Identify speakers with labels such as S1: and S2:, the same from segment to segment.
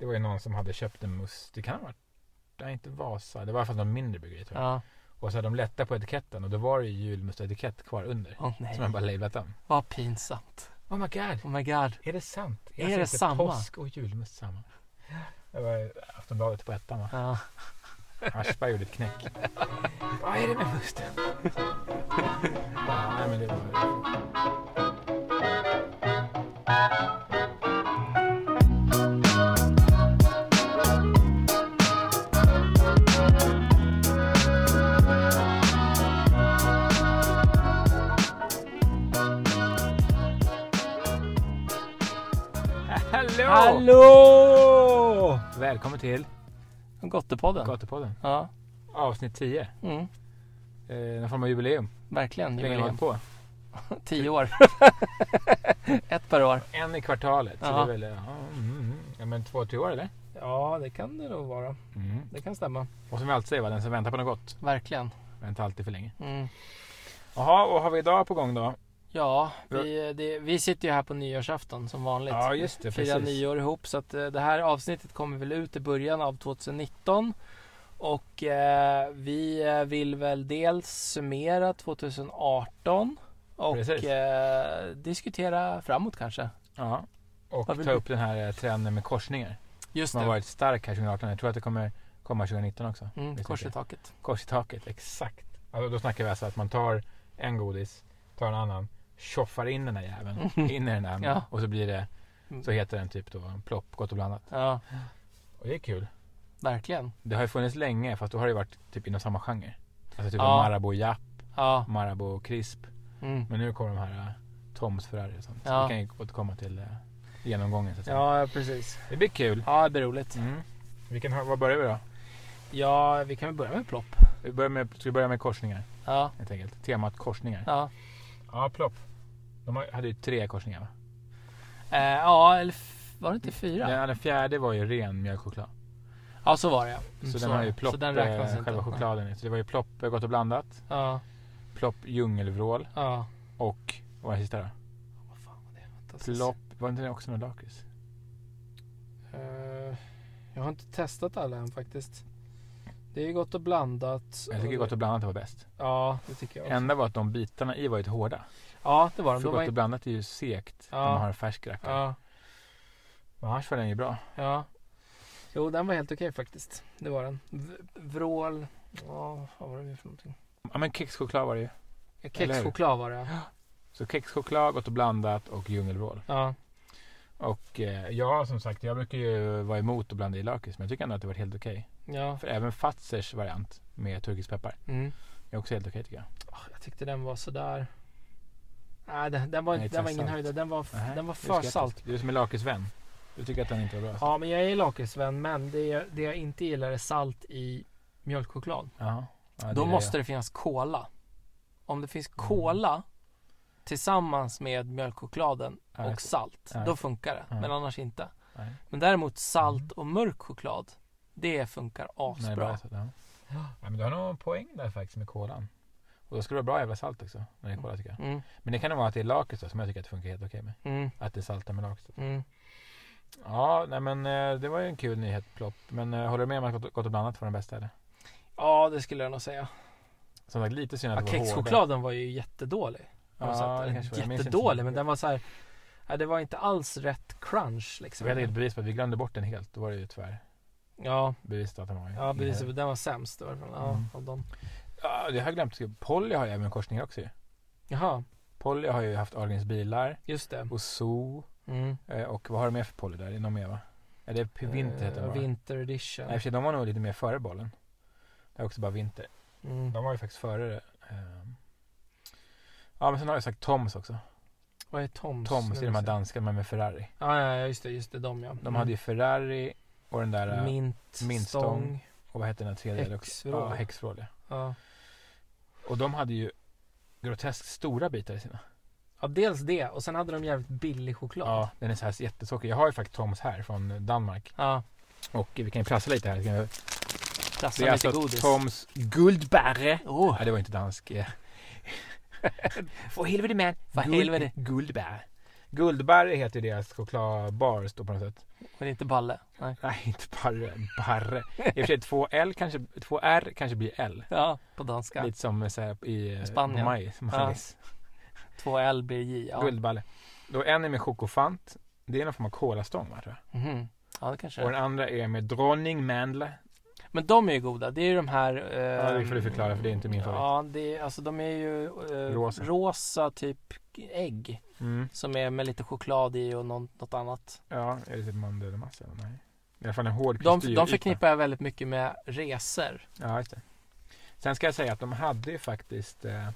S1: Det var ju någon som hade köpt en must. Det kan ha varit, nej inte Vasa. Det var i alla fall någon mindre bryggeri tror jag.
S2: Ja.
S1: Och så hade de lättat på etiketten och då var det ju julmustetikett kvar under.
S2: Åh nej.
S1: Som man bara lablat om.
S2: Vad pinsamt.
S1: Oh my god.
S2: Oh my god.
S1: Är det sant?
S2: Är det
S1: inte
S2: samma?
S1: Påsk och julmust samma. Det var Aftonbladet på ettan va?
S2: Ja.
S1: Aschberg gjorde ett knäck. Vad är det med musten? Nej, men det var... Hallå!
S2: Hallå!
S1: Välkommen till
S2: Gottepodden.
S1: Gatupodden.
S2: Ja.
S1: Avsnitt 10. Eh,
S2: Mm.
S1: någon form av jubileum.
S2: Verkligen.
S1: Hur länge har vi hållit
S2: Jubileum.
S1: på?
S2: Tio år. Ett per år.
S1: En i kvartalet. Så
S2: Ja.
S1: det är väl, ja, mm, mm. ja, men två, tre år eller?
S2: Ja, det kan det nog vara.
S1: Mm.
S2: Det kan stämma.
S1: Och som vi alltid säger, va, den som väntar på något gott
S2: Verkligen.
S1: väntar alltid för länge.
S2: Mm.
S1: Jaha, och vad har vi idag på gång då?
S2: Ja, vi, det, vi sitter ju här på nyårsafton som vanligt.
S1: Ja, just det.
S2: Firar
S1: Precis.
S2: nyår ihop. Så att eh, det här avsnittet kommer väl ut i början av 2019. Och eh, vi eh, vill väl dels summera 2018 och
S1: Precis.
S2: eh, diskutera framåt kanske.
S1: Ja. Och
S2: Vad vill
S1: ta
S2: du?
S1: upp den här eh, trenden med korsningar.
S2: Just
S1: Som har
S2: det.
S1: varit stark här 2018. Jag tror att det kommer komma 2019 också.
S2: Mm,
S1: Det
S2: kors i
S1: tycker
S2: taket.
S1: Kors i taket, exakt. Alltså, då snackar vi alltså att man tar en godis, tar en annan, tjoffar in den där jäveln, in i den där
S2: Ja.
S1: och så blir det,
S2: Mm.
S1: så heter den typ då plopp, gott och blandat.
S2: Ja,
S1: Och det är kul.
S2: verkligen.
S1: Det har ju funnits länge fast då har det varit typ inom samma genre. Alltså typ
S2: Ja.
S1: Marabou Japp,
S2: Ja,
S1: Marabou Crisp.
S2: mm.
S1: Men nu kommer de här äh, Toms Ferrari och sånt. Så
S2: Ja.
S1: vi kan ju återkomma till äh, genomgången så att säga.
S2: ja precis.
S1: Det blir kul.
S2: Ja, det blir roligt.
S1: Mm. Vi kan, ha- vad börjar vi då?
S2: Ja, vi kan väl börja med plopp.
S1: Vi börjar med, ska vi börja med korsningar
S2: Ja,
S1: helt enkelt? Temat korsningar. Ja,
S2: ja.
S1: plopp. De har- hade ju tre korsningar va?
S2: Eh, ja eller f- var det inte fyra?
S1: Den, den fjärde var ju ren mjölkchoklad.
S2: Ja, så var det ja. Mm,
S1: Så den har
S2: var
S1: ju
S2: det.
S1: plopp,
S2: Så den
S1: eh,
S2: räknas inte.
S1: själva chokladen i. Så det var ju plopp eh, Gott och blandat,
S2: Ja,
S1: plopp djungelvrål
S2: ja.
S1: och, vad var den sista då?
S2: Vad fan var det? Vänta, ska jag se.
S1: Plopp, var inte det också någon lakrits?
S2: Eh, jag har inte testat alla än faktiskt. Det är ju gott och blandat.
S1: Jag tycker
S2: Och-
S1: Gott och blandat var bäst.
S2: Ja, det tycker jag också.
S1: Enda var att de bitarna i var ju lite hårda.
S2: Ja, det var
S1: För
S2: de. de
S1: Gott
S2: var
S1: och
S2: in...
S1: blandat är ju segt
S2: Ja.
S1: när man har en färsk rackare.
S2: ja,
S1: Men annars var den ju bra.
S2: ja. Jo, den var helt okej faktiskt. Det var den. V- vrål. Ja, vad var det mer för någonting?
S1: Ja men kexchoklad var det ju.
S2: Ja, Kexchoklad var det ja.
S1: Så kexchoklad, Gott och blandat och djungelvrål.
S2: ja.
S1: Och eh, ja, som sagt, jag brukar ju vara emot att blanda i lakrits. Men jag tycker ändå att det var helt okej.
S2: Ja.
S1: För även Fazers variant med turkisk peppar
S2: Mm.
S1: är också helt okej tycker jag.
S2: Ah, Jag tyckte den var sådär. Nej, den, den var,
S1: Nej,
S2: den var
S1: för
S2: ingen
S1: salt.
S2: höjd. Den var, f-
S1: Nähä,
S2: den var
S1: du är
S2: för
S1: skeptisk.
S2: salt.
S1: Du är som en lakritsvän. Du tycker att den inte var bra.
S2: Ja, men jag är lakritsvän, men det, jag- det jag inte gillar är salt i mjölkchoklad.
S1: Jaha. Ja, det
S2: Då
S1: är det
S2: måste det finnas kola. Om det finns kola tillsammans med mjölkchokladen
S1: jag-
S2: och salt,
S1: Nej.
S2: då funkar det.
S1: Nej.
S2: Men annars inte.
S1: Nej.
S2: Men däremot salt och mörk choklad, det funkar
S1: Nej,
S2: asbra.
S1: bra. Ja. ja, men du har nog en poäng där faktiskt med kolan. Och då ska det vara bra jävla salt också. När det är kola tycker jag.
S2: Mm,
S1: Men det kan nog vara att det är lakrits då, som jag tycker att det funkar helt okej med.
S2: mm,
S1: Att det är salta med lakrits.
S2: mm.
S1: Ja, nej men eh, det var ju en kul nyhet plopp. Men eh, håller du med om att Gott- Gott och blandat var den bästa eller?
S2: Ja, det skulle jag nog säga.
S1: Som sagt lite synd att
S2: Ja,
S1: det var hårda.
S2: kexchokladen var ju jättedålig.
S1: Ja, det
S2: Ja,
S1: kanske var. Jag minns inte så
S2: jättedålig,
S1: mycket.
S2: men den var så här. Ja, det var inte alls rätt crunch
S1: Så
S2: liksom.
S1: vi hade ett bevis på att vi glömde bort den helt. Då var det ju tyvärr
S2: Ja,
S1: bevisat att den var
S2: Ja, precis. Den var sämst. Det var från, ja,
S1: Mm.
S2: av dem.
S1: Ja, det har jag glömt. Polly har ju även korsningar också ju.
S2: Jaha,
S1: Polly har ju haft Ahlgrens bilar
S2: just det.
S1: och Zoo.
S2: Mm.
S1: eh, Och vad har de mer för Polly där? Det är någon mer va? Ja, det är P- Vinter heter
S2: Eh,
S1: den bara.
S2: Winter edition.
S1: Nej, i och för sig, de var nog lite mer före bollen. Det är också bara Vinter.
S2: Mm.
S1: De var ju faktiskt före det. ehm. Ja, men sen har jag sagt Toms också.
S2: Vad är Toms?
S1: Toms, det är de här
S2: ja,
S1: danskarna med Ferrari.
S2: ja, ja, just det. Just det, de ja. Mm.
S1: De hade ju Ferrari och den där, eh,
S2: Mint,
S1: mintstång.
S2: stång.
S1: och vad hette den där tredje?
S2: Häxvrål.
S1: Ja, häxvrål ja.
S2: Ja.
S1: Och de hade ju groteskt stora bitar i sina.
S2: ja, dels det. Och sen hade de jävligt billig choklad.
S1: Ja, den är så här jättesocker. Jag har ju faktiskt Toms här från Danmark.
S2: ja
S1: Och vi kan ju pressa lite här. Det är
S2: klassar
S1: alltså
S2: lite godis.
S1: Toms Guldbärre.
S2: Åh,
S1: Nej, det var inte dansk. För helvete man.
S2: Vad helvete.
S1: Guldbär. Guldberg heter ju deras chokladbar står på något sätt.
S2: Men inte Balle. Nej.
S1: Nej, inte Barre. Barre. I och för sig, två, L kanske, två R kanske blir L.
S2: Ja, på danska.
S1: Lite som så här, i eh,
S2: Spanien.
S1: Majs, majs.
S2: Två L blir J. Ja.
S1: Guldballe. Då en är med chokofant. Det är någon form av kolastång va, tror jag.
S2: Mhm. Ja, det kanske det
S1: Och
S2: är.
S1: den andra är med dronningmandel.
S2: Men de är ju goda. Det är ju de här... Eh,
S1: Ja, det får du förklara för det är inte min favorit.
S2: Ja, det är, alltså de är ju eh,
S1: Rosa.
S2: rosa. typ ägg
S1: Mm.
S2: som är med lite choklad i och någon, något annat.
S1: Ja, är det typ mandelmassa? eller? Nej. I alla fall en hård
S2: De,
S1: kristyryta.
S2: de förknippar jag väldigt mycket med resor.
S1: Ja, just det. Sen ska jag säga att de hade ju faktiskt eh,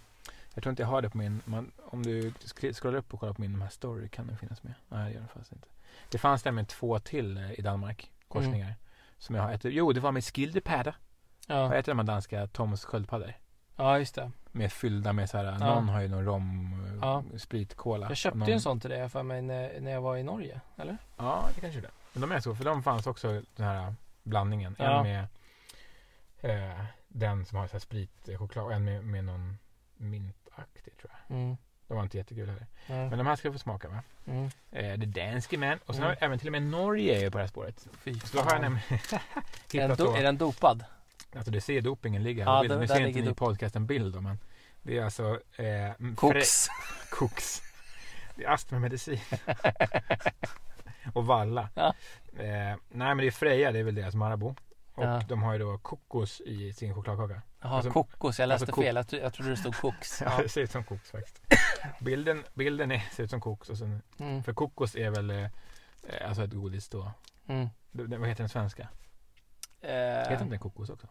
S1: jag tror inte jag har det på min, man, om du sk- scrollar upp och kollar på min de här story kan den finnas med. Nej det gör den faktiskt inte. Det fanns nämligen två till eh, i Danmark, korsningar. Som jag har ätit. Jo det var med skildepäda. Jag har
S2: Mm. Ja,
S1: ätit de här danska Toms sköldpaddor.
S2: ja just det.
S1: Med fyllda med så här,
S2: Ja.
S1: någon har ju någon rom, ja.
S2: Ja.
S1: sprit, cola.
S2: Jag
S1: Och
S2: köpte
S1: någon,
S2: ju en sån till dig för mig när, när jag var i Norge. Eller?
S1: Ja det kanske det. Men de är så, för de fanns också den här blandningen. En
S2: Ja.
S1: med eh, den som har så här spritchoklad och en med, med någon mintaktig tror jag.
S2: Mm.
S1: De var inte jättekul heller.
S2: Ja.
S1: Men de här ska du få smaka va?
S2: Mm.
S1: Eh, det danske män. Och sen
S2: Mm.
S1: har även till och med Norge är ju på det här spåret.
S2: Fy
S1: Så då har jag
S2: fan.
S1: nämligen
S2: Är den,
S1: hittat
S2: do-
S1: då.
S2: är den dopad?
S1: Alltså du ser dopingen ligga här
S2: Ja,
S1: på bilden.
S2: där-
S1: Nu
S2: där
S1: ser inte
S2: ligger
S1: ni i
S2: dop-
S1: podcasten bild då, men det är alltså eh, m- Fre-
S2: Koks.
S1: koks. Det är astmamedicin. och valla.
S2: Ja.
S1: Eh, nej men det är Freja, det är väl deras Marabou. Och
S2: Ja.
S1: de har ju då kokos i sin chokladkaka.
S2: Jaha,
S1: Alltså-
S2: kokos. Jag läste
S1: alltså kok-
S2: fel. Jag, tro- jag trodde det stod koks.
S1: Ja.
S2: Ja.
S1: det ser ut som koks faktiskt. Bilden, bilden är, ser ut som koks. Och sen,
S2: Mm.
S1: för kokos är väl eh, eh, alltså ett godis då.
S2: Mm.
S1: Det- det- Vad heter den svenska? Heter
S2: Eh,
S1: inte den kokos också?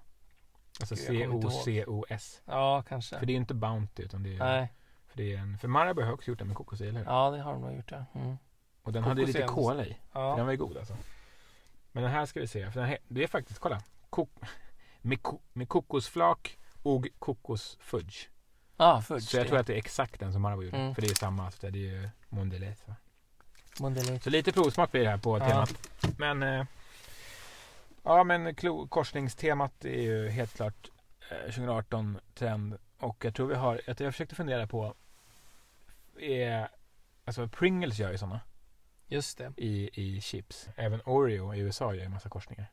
S1: Alltså
S2: Gud, jag kommer inte ihåg.
S1: C-O-C-O-S.
S2: ja, kanske.
S1: För det är ju inte Bounty utan det är...
S2: Nej,
S1: För, det är en, för Marabou har också gjort den med kokos i, eller hur?
S2: ja det har de nog gjort ja. Mm.
S1: Och den
S2: Kokos
S1: hade ju
S2: är
S1: lite
S2: en-
S1: kola i. För Den
S2: ja.
S1: var ju god alltså. Men den här ska vi se. För den här, det är faktiskt, kolla. Kok, med, ko, med kokosflak och kokosfudge.
S2: Ah, fudge.
S1: Så jag tror att det är exakt den som Marabou gjorde.
S2: Mm.
S1: För det är samma. Alltså, det är ju Mondelez. Va?
S2: Mondelez.
S1: Så lite provsmak blir det här på
S2: Ja.
S1: temat. Men, eh, ja, men klo, korsningstemat är ju helt klart eh, 2018 trend. Och jag tror vi har, jag, jag försökte fundera på, är, alltså Pringles gör ju sådana
S2: Just det.
S1: i, i chips. Även Oreo i USA gör ju massa korsningar.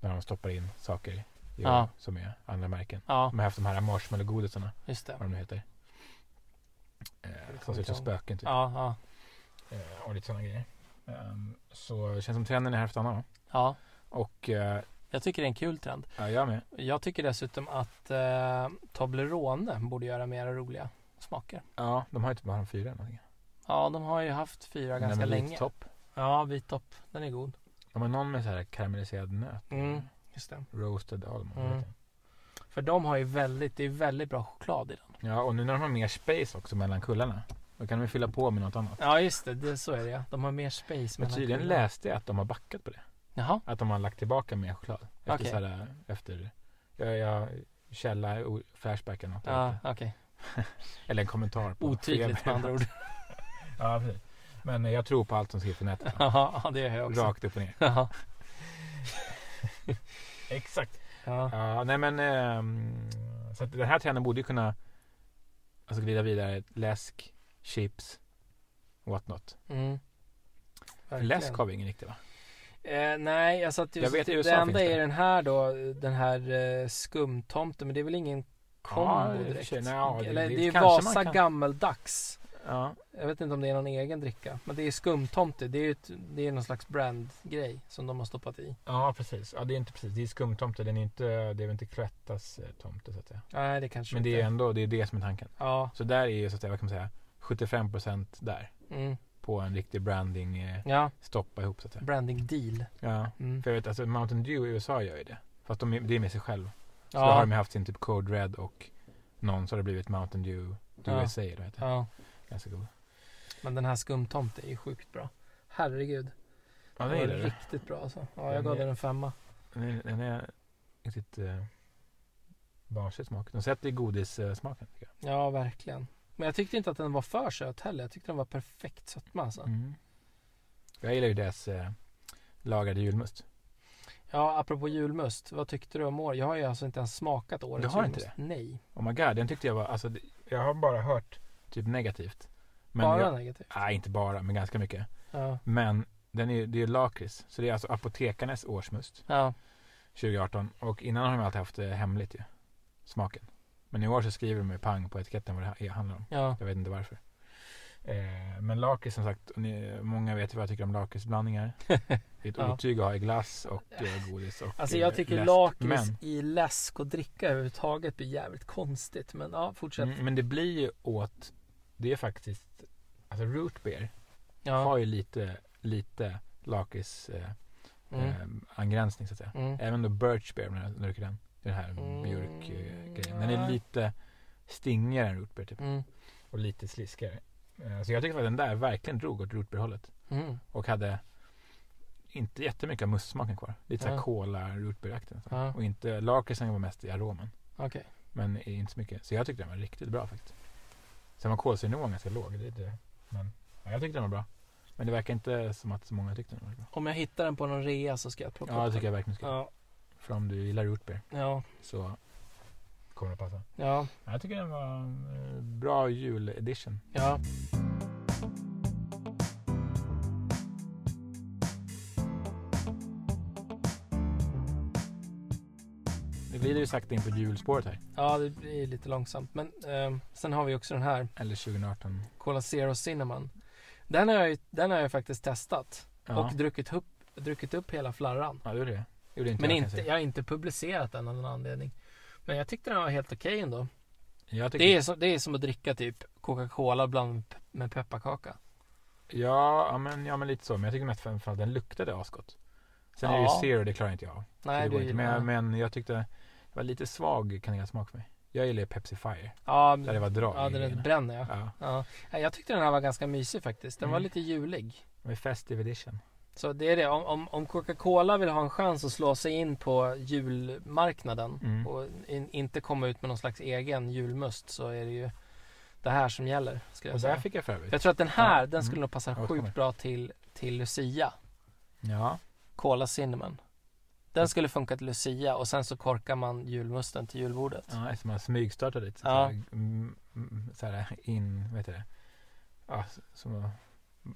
S1: När de stoppar in saker i
S2: Ja.
S1: som är andra märken.
S2: Ja,
S1: De har haft de här marshmallowgodisarna,
S2: just det.
S1: vad de nu heter. Eh, som ser ut som
S2: ihåg.
S1: spöken typ.
S2: liksom Ja, ja.
S1: Eh, och lite sådana grejer. Ehm, så det känns som trenden är här för att stanna. va?
S2: ja.
S1: Och eh,
S2: Jag tycker det är en kul trend.
S1: ja, jag med.
S2: Jag tycker dessutom att eh, Toblerone borde göra mera roliga smaker.
S1: Ja, de har ju typ bara de fyra eller någonting.
S2: Ja, de har ju haft fyra ganska
S1: Nej, men
S2: länge.
S1: vit Topp.
S2: Ja, vit topp. Den är god.
S1: De har någon med så här karamelliserad nöt.
S2: Mm, just det.
S1: Roasted almond.
S2: Mm.
S1: vet jag.
S2: För de har ju väldigt, det är väldigt bra choklad i den.
S1: Ja, och nu när de har mer space också mellan kullarna. Då kan de ju fylla på med något annat.
S2: Ja, just det. det så är det ja. De har mer space.
S1: Men
S2: mellan
S1: tydligen
S2: kulorna.
S1: läste jag att de har backat på det.
S2: Jaha.
S1: Att de har lagt tillbaka mer choklad. Efter
S2: Okej.
S1: så här, efter, jag, jag, källa, o- flashback eller något. jag
S2: Ja,
S1: vet
S2: okej.
S1: inte. Eller en kommentar. På
S2: Otydligt med andra ord.
S1: ja, precis. Men eh, jag tror på allt som skrivs på nätet. va?
S2: ja, det gör jag också.
S1: Rakt upp och ner.
S2: Ja.
S1: Exakt.
S2: Ja.
S1: Ja, nej men ehm, så att den här trenden borde ju kunna alltså glida vidare. Läsk, chips, what not.
S2: Mm.
S1: Läsk har vi ingen riktigt va?
S2: Eh, nej, alltså att
S1: Jag
S2: just,
S1: vet i USA
S2: det
S1: finns
S2: enda
S1: det.
S2: är den här då, den här eh, skumtomten, men det är väl ingen kombo
S1: Ja, i och för
S2: direkt?
S1: sig, nej, ja, det-
S2: Eller
S1: det
S2: det, är
S1: kanske man
S2: Vasa
S1: kan-
S2: Gammeldags.
S1: Ja,
S2: Jag vet inte om det är någon egen dricka, men det är skumtomte. Det är, ju ett, det är någon slags brandgrej som de har stoppat i.
S1: ja precis. Ja, det är inte precis. Det är skumtomte. Den är inte, det är väl inte Cloettas eh, tomte så att säga.
S2: Nej, det kanske
S1: Men det
S2: inte
S1: är ändå det, är det som är tanken.
S2: Ja,
S1: Så där är ju så att säga, vad kan man säga, 75% där.
S2: mm,
S1: På en riktig branding, eh,
S2: ja,
S1: stoppa ihop så att säga.
S2: branding deal.
S1: Ja.
S2: Mm.
S1: För jag vet, alltså Mountain Dew i USA gör ju det. Fast de, är- det är med sig själv. Så då har
S2: Ja,
S1: de haft sin typ Code Red och någon så har det blivit Mountain Dew
S2: Ja.
S1: USA. Då heter det.
S2: ja,
S1: Ganska god.
S2: men den här skumtomte är ju sjukt bra. Herregud,
S1: Ja,
S2: den
S1: den
S2: var
S1: gillar du.
S2: riktigt bra alltså. Ja,
S1: Den
S2: jag gav
S1: är-
S2: den en femma.
S1: Den är- Den är riktigt eh, barnslig smak. De sätter i godissmaken. Tycker
S2: Ja, verkligen. Men jag tyckte inte att den var för söt heller. Jag tyckte den var perfekt sötma. Alltså.
S1: jag. Mm. jag gillar ju deras eh, lagrade julmust.
S2: Ja, apropå julmust. Vad tyckte du om år? Jag har ju alltså inte ens smakat årets
S1: Du har inte
S2: julmust. Nej.
S1: Oh my god, den tyckte jag var... Alltså, det- jag har bara hört typ negativt. Men
S2: Bara
S1: jag,
S2: negativt.
S1: nej, inte bara, men ganska mycket.
S2: Ja.
S1: Men den är, ju- det är ju lakrits. Så det är alltså apotekarnas årsmust
S2: Ja.
S1: 2018. Och innan har de alltid haft det hemligt ju. Smaken. Men i år så skriver de med pang på etiketten vad det här är- handlar om.
S2: Ja.
S1: Jag vet inte varför. Eh, men lakrits som sagt, och ni, många vet ju vad jag tycker om lakritsblandningar. Det är ett
S2: Ja.
S1: otyg att ha i glass och eh, godis och
S2: Alltså
S1: eh,
S2: jag tycker
S1: läsk.
S2: lakrits
S1: Men,
S2: i läsk och dricka överhuvudtaget blir jävligt konstigt. Men ja, fortsätt.
S1: mm, men det blir ju åt, det är faktiskt, alltså root beer har
S2: Ja.
S1: ju lite, lite lakrits eh,
S2: Mm.
S1: eh, angränsning så att säga.
S2: Mm.
S1: Även då birch beer, när jag dricker den. Den här
S2: Mm,
S1: mjölkgrejen. Den är
S2: nej.
S1: lite stingigare än root beer typ.
S2: Mm.
S1: Och lite sliskigare. Eh, så jag tycker att den där verkligen drog åt root beer hållet.
S2: Mm.
S1: Och hade inte jättemycket av mustsmaken kvar. Lite såhär
S2: Ja.
S1: cola, rootbeer-aktigt. så.
S2: Ja.
S1: Och inte, lakritsen var mest i aromen.
S2: Okej.
S1: Men inte så mycket. Så jag tyckte den var riktigt bra faktiskt. Sen var kolsyrenivån ganska låg. Det, det. Men ja, jag tyckte den var bra. Men det verkar inte som att så många tyckte den var bra.
S2: Om jag hittar den på någon rea så ska jag plocka
S1: Ja, det
S2: upp den.
S1: tycker jag verkligen ska.
S2: Ja.
S1: För om du gillar rootbeer
S2: Ja.
S1: så kommer det passa.
S2: Ja.
S1: Ja, Jag tycker den var eh, bra juledition.
S2: Ja.
S1: Det glider ju sakta in på julspåret här.
S2: Ja, det blir lite långsamt. Men ehm, sen har vi också den här.
S1: Eller 2018.
S2: Cola Zero Cinnamon. Den har jag, ju- den har jag faktiskt testat.
S1: Ja,
S2: Och druckit upp, druckit upp hela flarran.
S1: ja det gjorde det. Gjorde inte
S2: Men
S1: jag, kan jag
S2: inte,
S1: säga.
S2: jag har inte publicerat den av någon anledning. Men jag tyckte den var helt okej ändå.
S1: Jag tycker-
S2: Det är, som, det är som att dricka typ Coca-Cola bland med pepparkaka.
S1: Ja, ja, men, ja, men lite så. Men jag tycker mest för för att den luktade asgott. Sen är det
S2: Ja.
S1: ju zero, det klarar inte jag av. Så
S2: Nej,
S1: det går
S2: du
S1: inte. men,
S2: gillar
S1: jag,
S2: den.
S1: men jag tyckte det var lite svag kanelsmak för mig. Jag gillar ju Pepsi Fire,
S2: Ja,
S1: där det var drag
S2: ja
S1: i
S2: den
S1: grejerna.
S2: bränner jag.
S1: Ja,
S2: Ja. Nej, Jag tyckte den här var ganska mysig faktiskt. Den var
S1: Mm.
S2: lite julig.
S1: med Festive Edition.
S2: Så det är det. Om, om, om Coca-Cola vill ha en chans att slå sig in på julmarknaden
S1: Mm.
S2: och in, inte komma ut med någon slags egen julmust så är det ju det här som gäller. Ska jag,
S1: Och där
S2: säga.
S1: fick jag för övrigt.
S2: jag tror att den här,
S1: Ja.
S2: den skulle
S1: Mm.
S2: nog passa
S1: Jag återkommer.
S2: sjukt bra till, till Lucia.
S1: Ja,
S2: Cola Cinnamon. Den skulle funka till Lucia och sen så korkar man julmusten till julbordet.
S1: ja, eftersom man smygstartade lite. Så,
S2: Ja.
S1: ja. så här in, vad heter det? Ja, s- som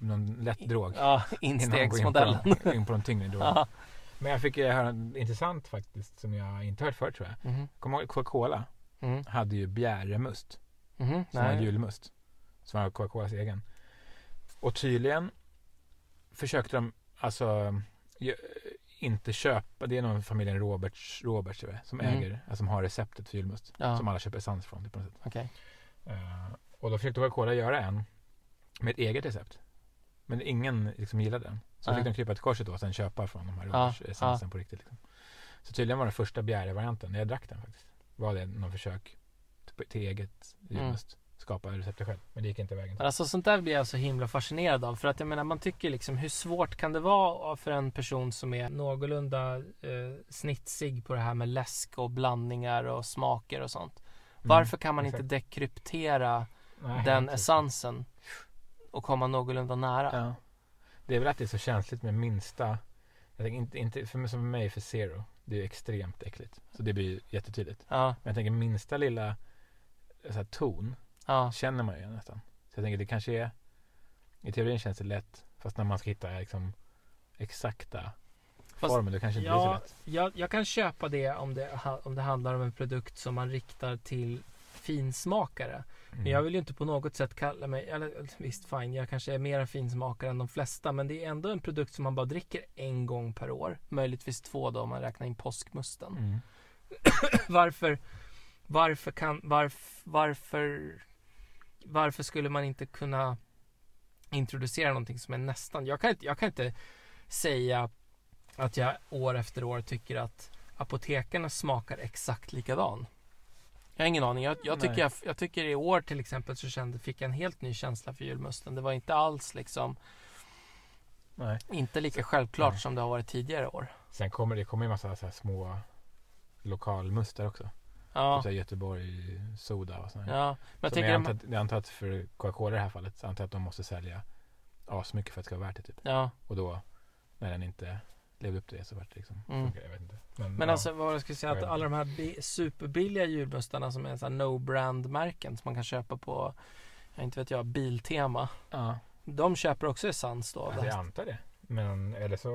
S1: någon lätt drog.
S2: Ja,
S1: Innan man går in på
S2: instegsmodellen.
S1: de- In på de tyngre drogerna.
S2: Ja.
S1: Men jag fick eh, höra något intressant faktiskt som jag inte hört förut tror jag.
S2: Mhm.
S1: Kommer du ihåg Coca-Cola?
S2: Mm.
S1: hade ju bjärremust
S2: Mhm.
S1: som var
S2: Nej.
S1: julmust. Som var Coca-Colas egen. Och tydligen försökte de alltså ju- inte köpa, det är någon familjen Roberts, Roberts tror jag, som
S2: Mm.
S1: äger, alltså, som har receptet för julmust.
S2: Ja,
S1: Som alla köper essens från typ, på något sätt.
S2: okej.
S1: Eh, och då försökte Coca-Cola göra en med ett eget recept. Men ingen liksom gillade den. Så
S2: Nej.
S1: fick de krypa till korset då och sen köpa från de här
S2: Ja,
S1: Roberts-essensen på riktigt. Liksom. Så tydligen var den första bjärrevarianten, när jag drack den faktiskt, var det någon försök till- till eget
S2: Mm.
S1: just skapa receptet själv. Men det gick inte vägen.
S2: Men Alltså sånt där blir jag så himla fascinerad av. För att jag menar man tycker liksom hur svårt kan det vara för en person som är någorlunda eh, snitsig på det här med läsk och blandningar och smaker och sånt. Varför kan man inte
S1: Mm. exakt.
S2: dekryptera
S1: Nej,
S2: den
S1: exakt.
S2: essensen och komma någorlunda nära?
S1: Ja. Det är väl att det är så känsligt med minsta, jag tänker inte, inte för mig, som för mig för zero, det är ju extremt äckligt. Så det blir ju jättetydligt.
S2: Ja,
S1: Men jag tänker minsta lilla så här, ton
S2: ja,
S1: känner man ju nästan. Så jag tänker det kanske är, i teorin känns det lätt, fast när man ska hitta liksom exakta
S2: Fast-
S1: formen, då kanske inte blir så
S2: ja
S1: lätt.
S2: jag, jag kan köpa det om, det ha- om det handlar om en produkt som man riktar till finsmakare.
S1: Mm.
S2: Men jag vill ju inte på något sätt kalla mig, eller visst fine, jag kanske är mer en finsmakare än de flesta. Men det är ändå en produkt som man bara dricker en gång per år. Möjligtvis två då om man räknar in påskmusten.
S1: Mm.
S2: Varför, varför kan, varf, varför, varför skulle man inte kunna introducera någonting som är nästan, jag kan inte, jag kan inte säga att jag år efter år tycker att apotekarna smakar exakt likadan. Jag har ingen aning. Jag, jag, tycker,
S1: Nej.
S2: jag, jag tycker i år till exempel så kände, fick jag en helt ny känsla för julmusten. Det var inte alls liksom,
S1: Nej.
S2: inte lika självklart
S1: Nej.
S2: som det har varit tidigare år.
S1: Sen kommer det kommer ju massa så här små lokalmustar också. Typ
S2: Ja,
S1: så här Göteborg Soda och sådär.
S2: ja. Men jag
S1: Så
S2: tänker,
S1: jag,
S2: de-
S1: antar att, jag antar att för Coca-Cola i det här fallet så antar jag att de måste sälja asmycket för att det ska vara värt det. Typ.
S2: ja.
S1: Och då när den inte levde upp till det så vart det liksom
S2: Mm.
S1: funkar, jag vet inte. Men,
S2: Men
S1: ja.
S2: alltså vad jag skulle säga att
S1: Jag vet
S2: alla de här bi- superbilliga julmustarna som är så här no brand märken som man kan köpa på jag inte vet jag, Biltema.
S1: Ja,
S2: De köper också essens då. av
S1: alltså,
S2: det,
S1: jag
S2: här.
S1: antar det. Men eller så,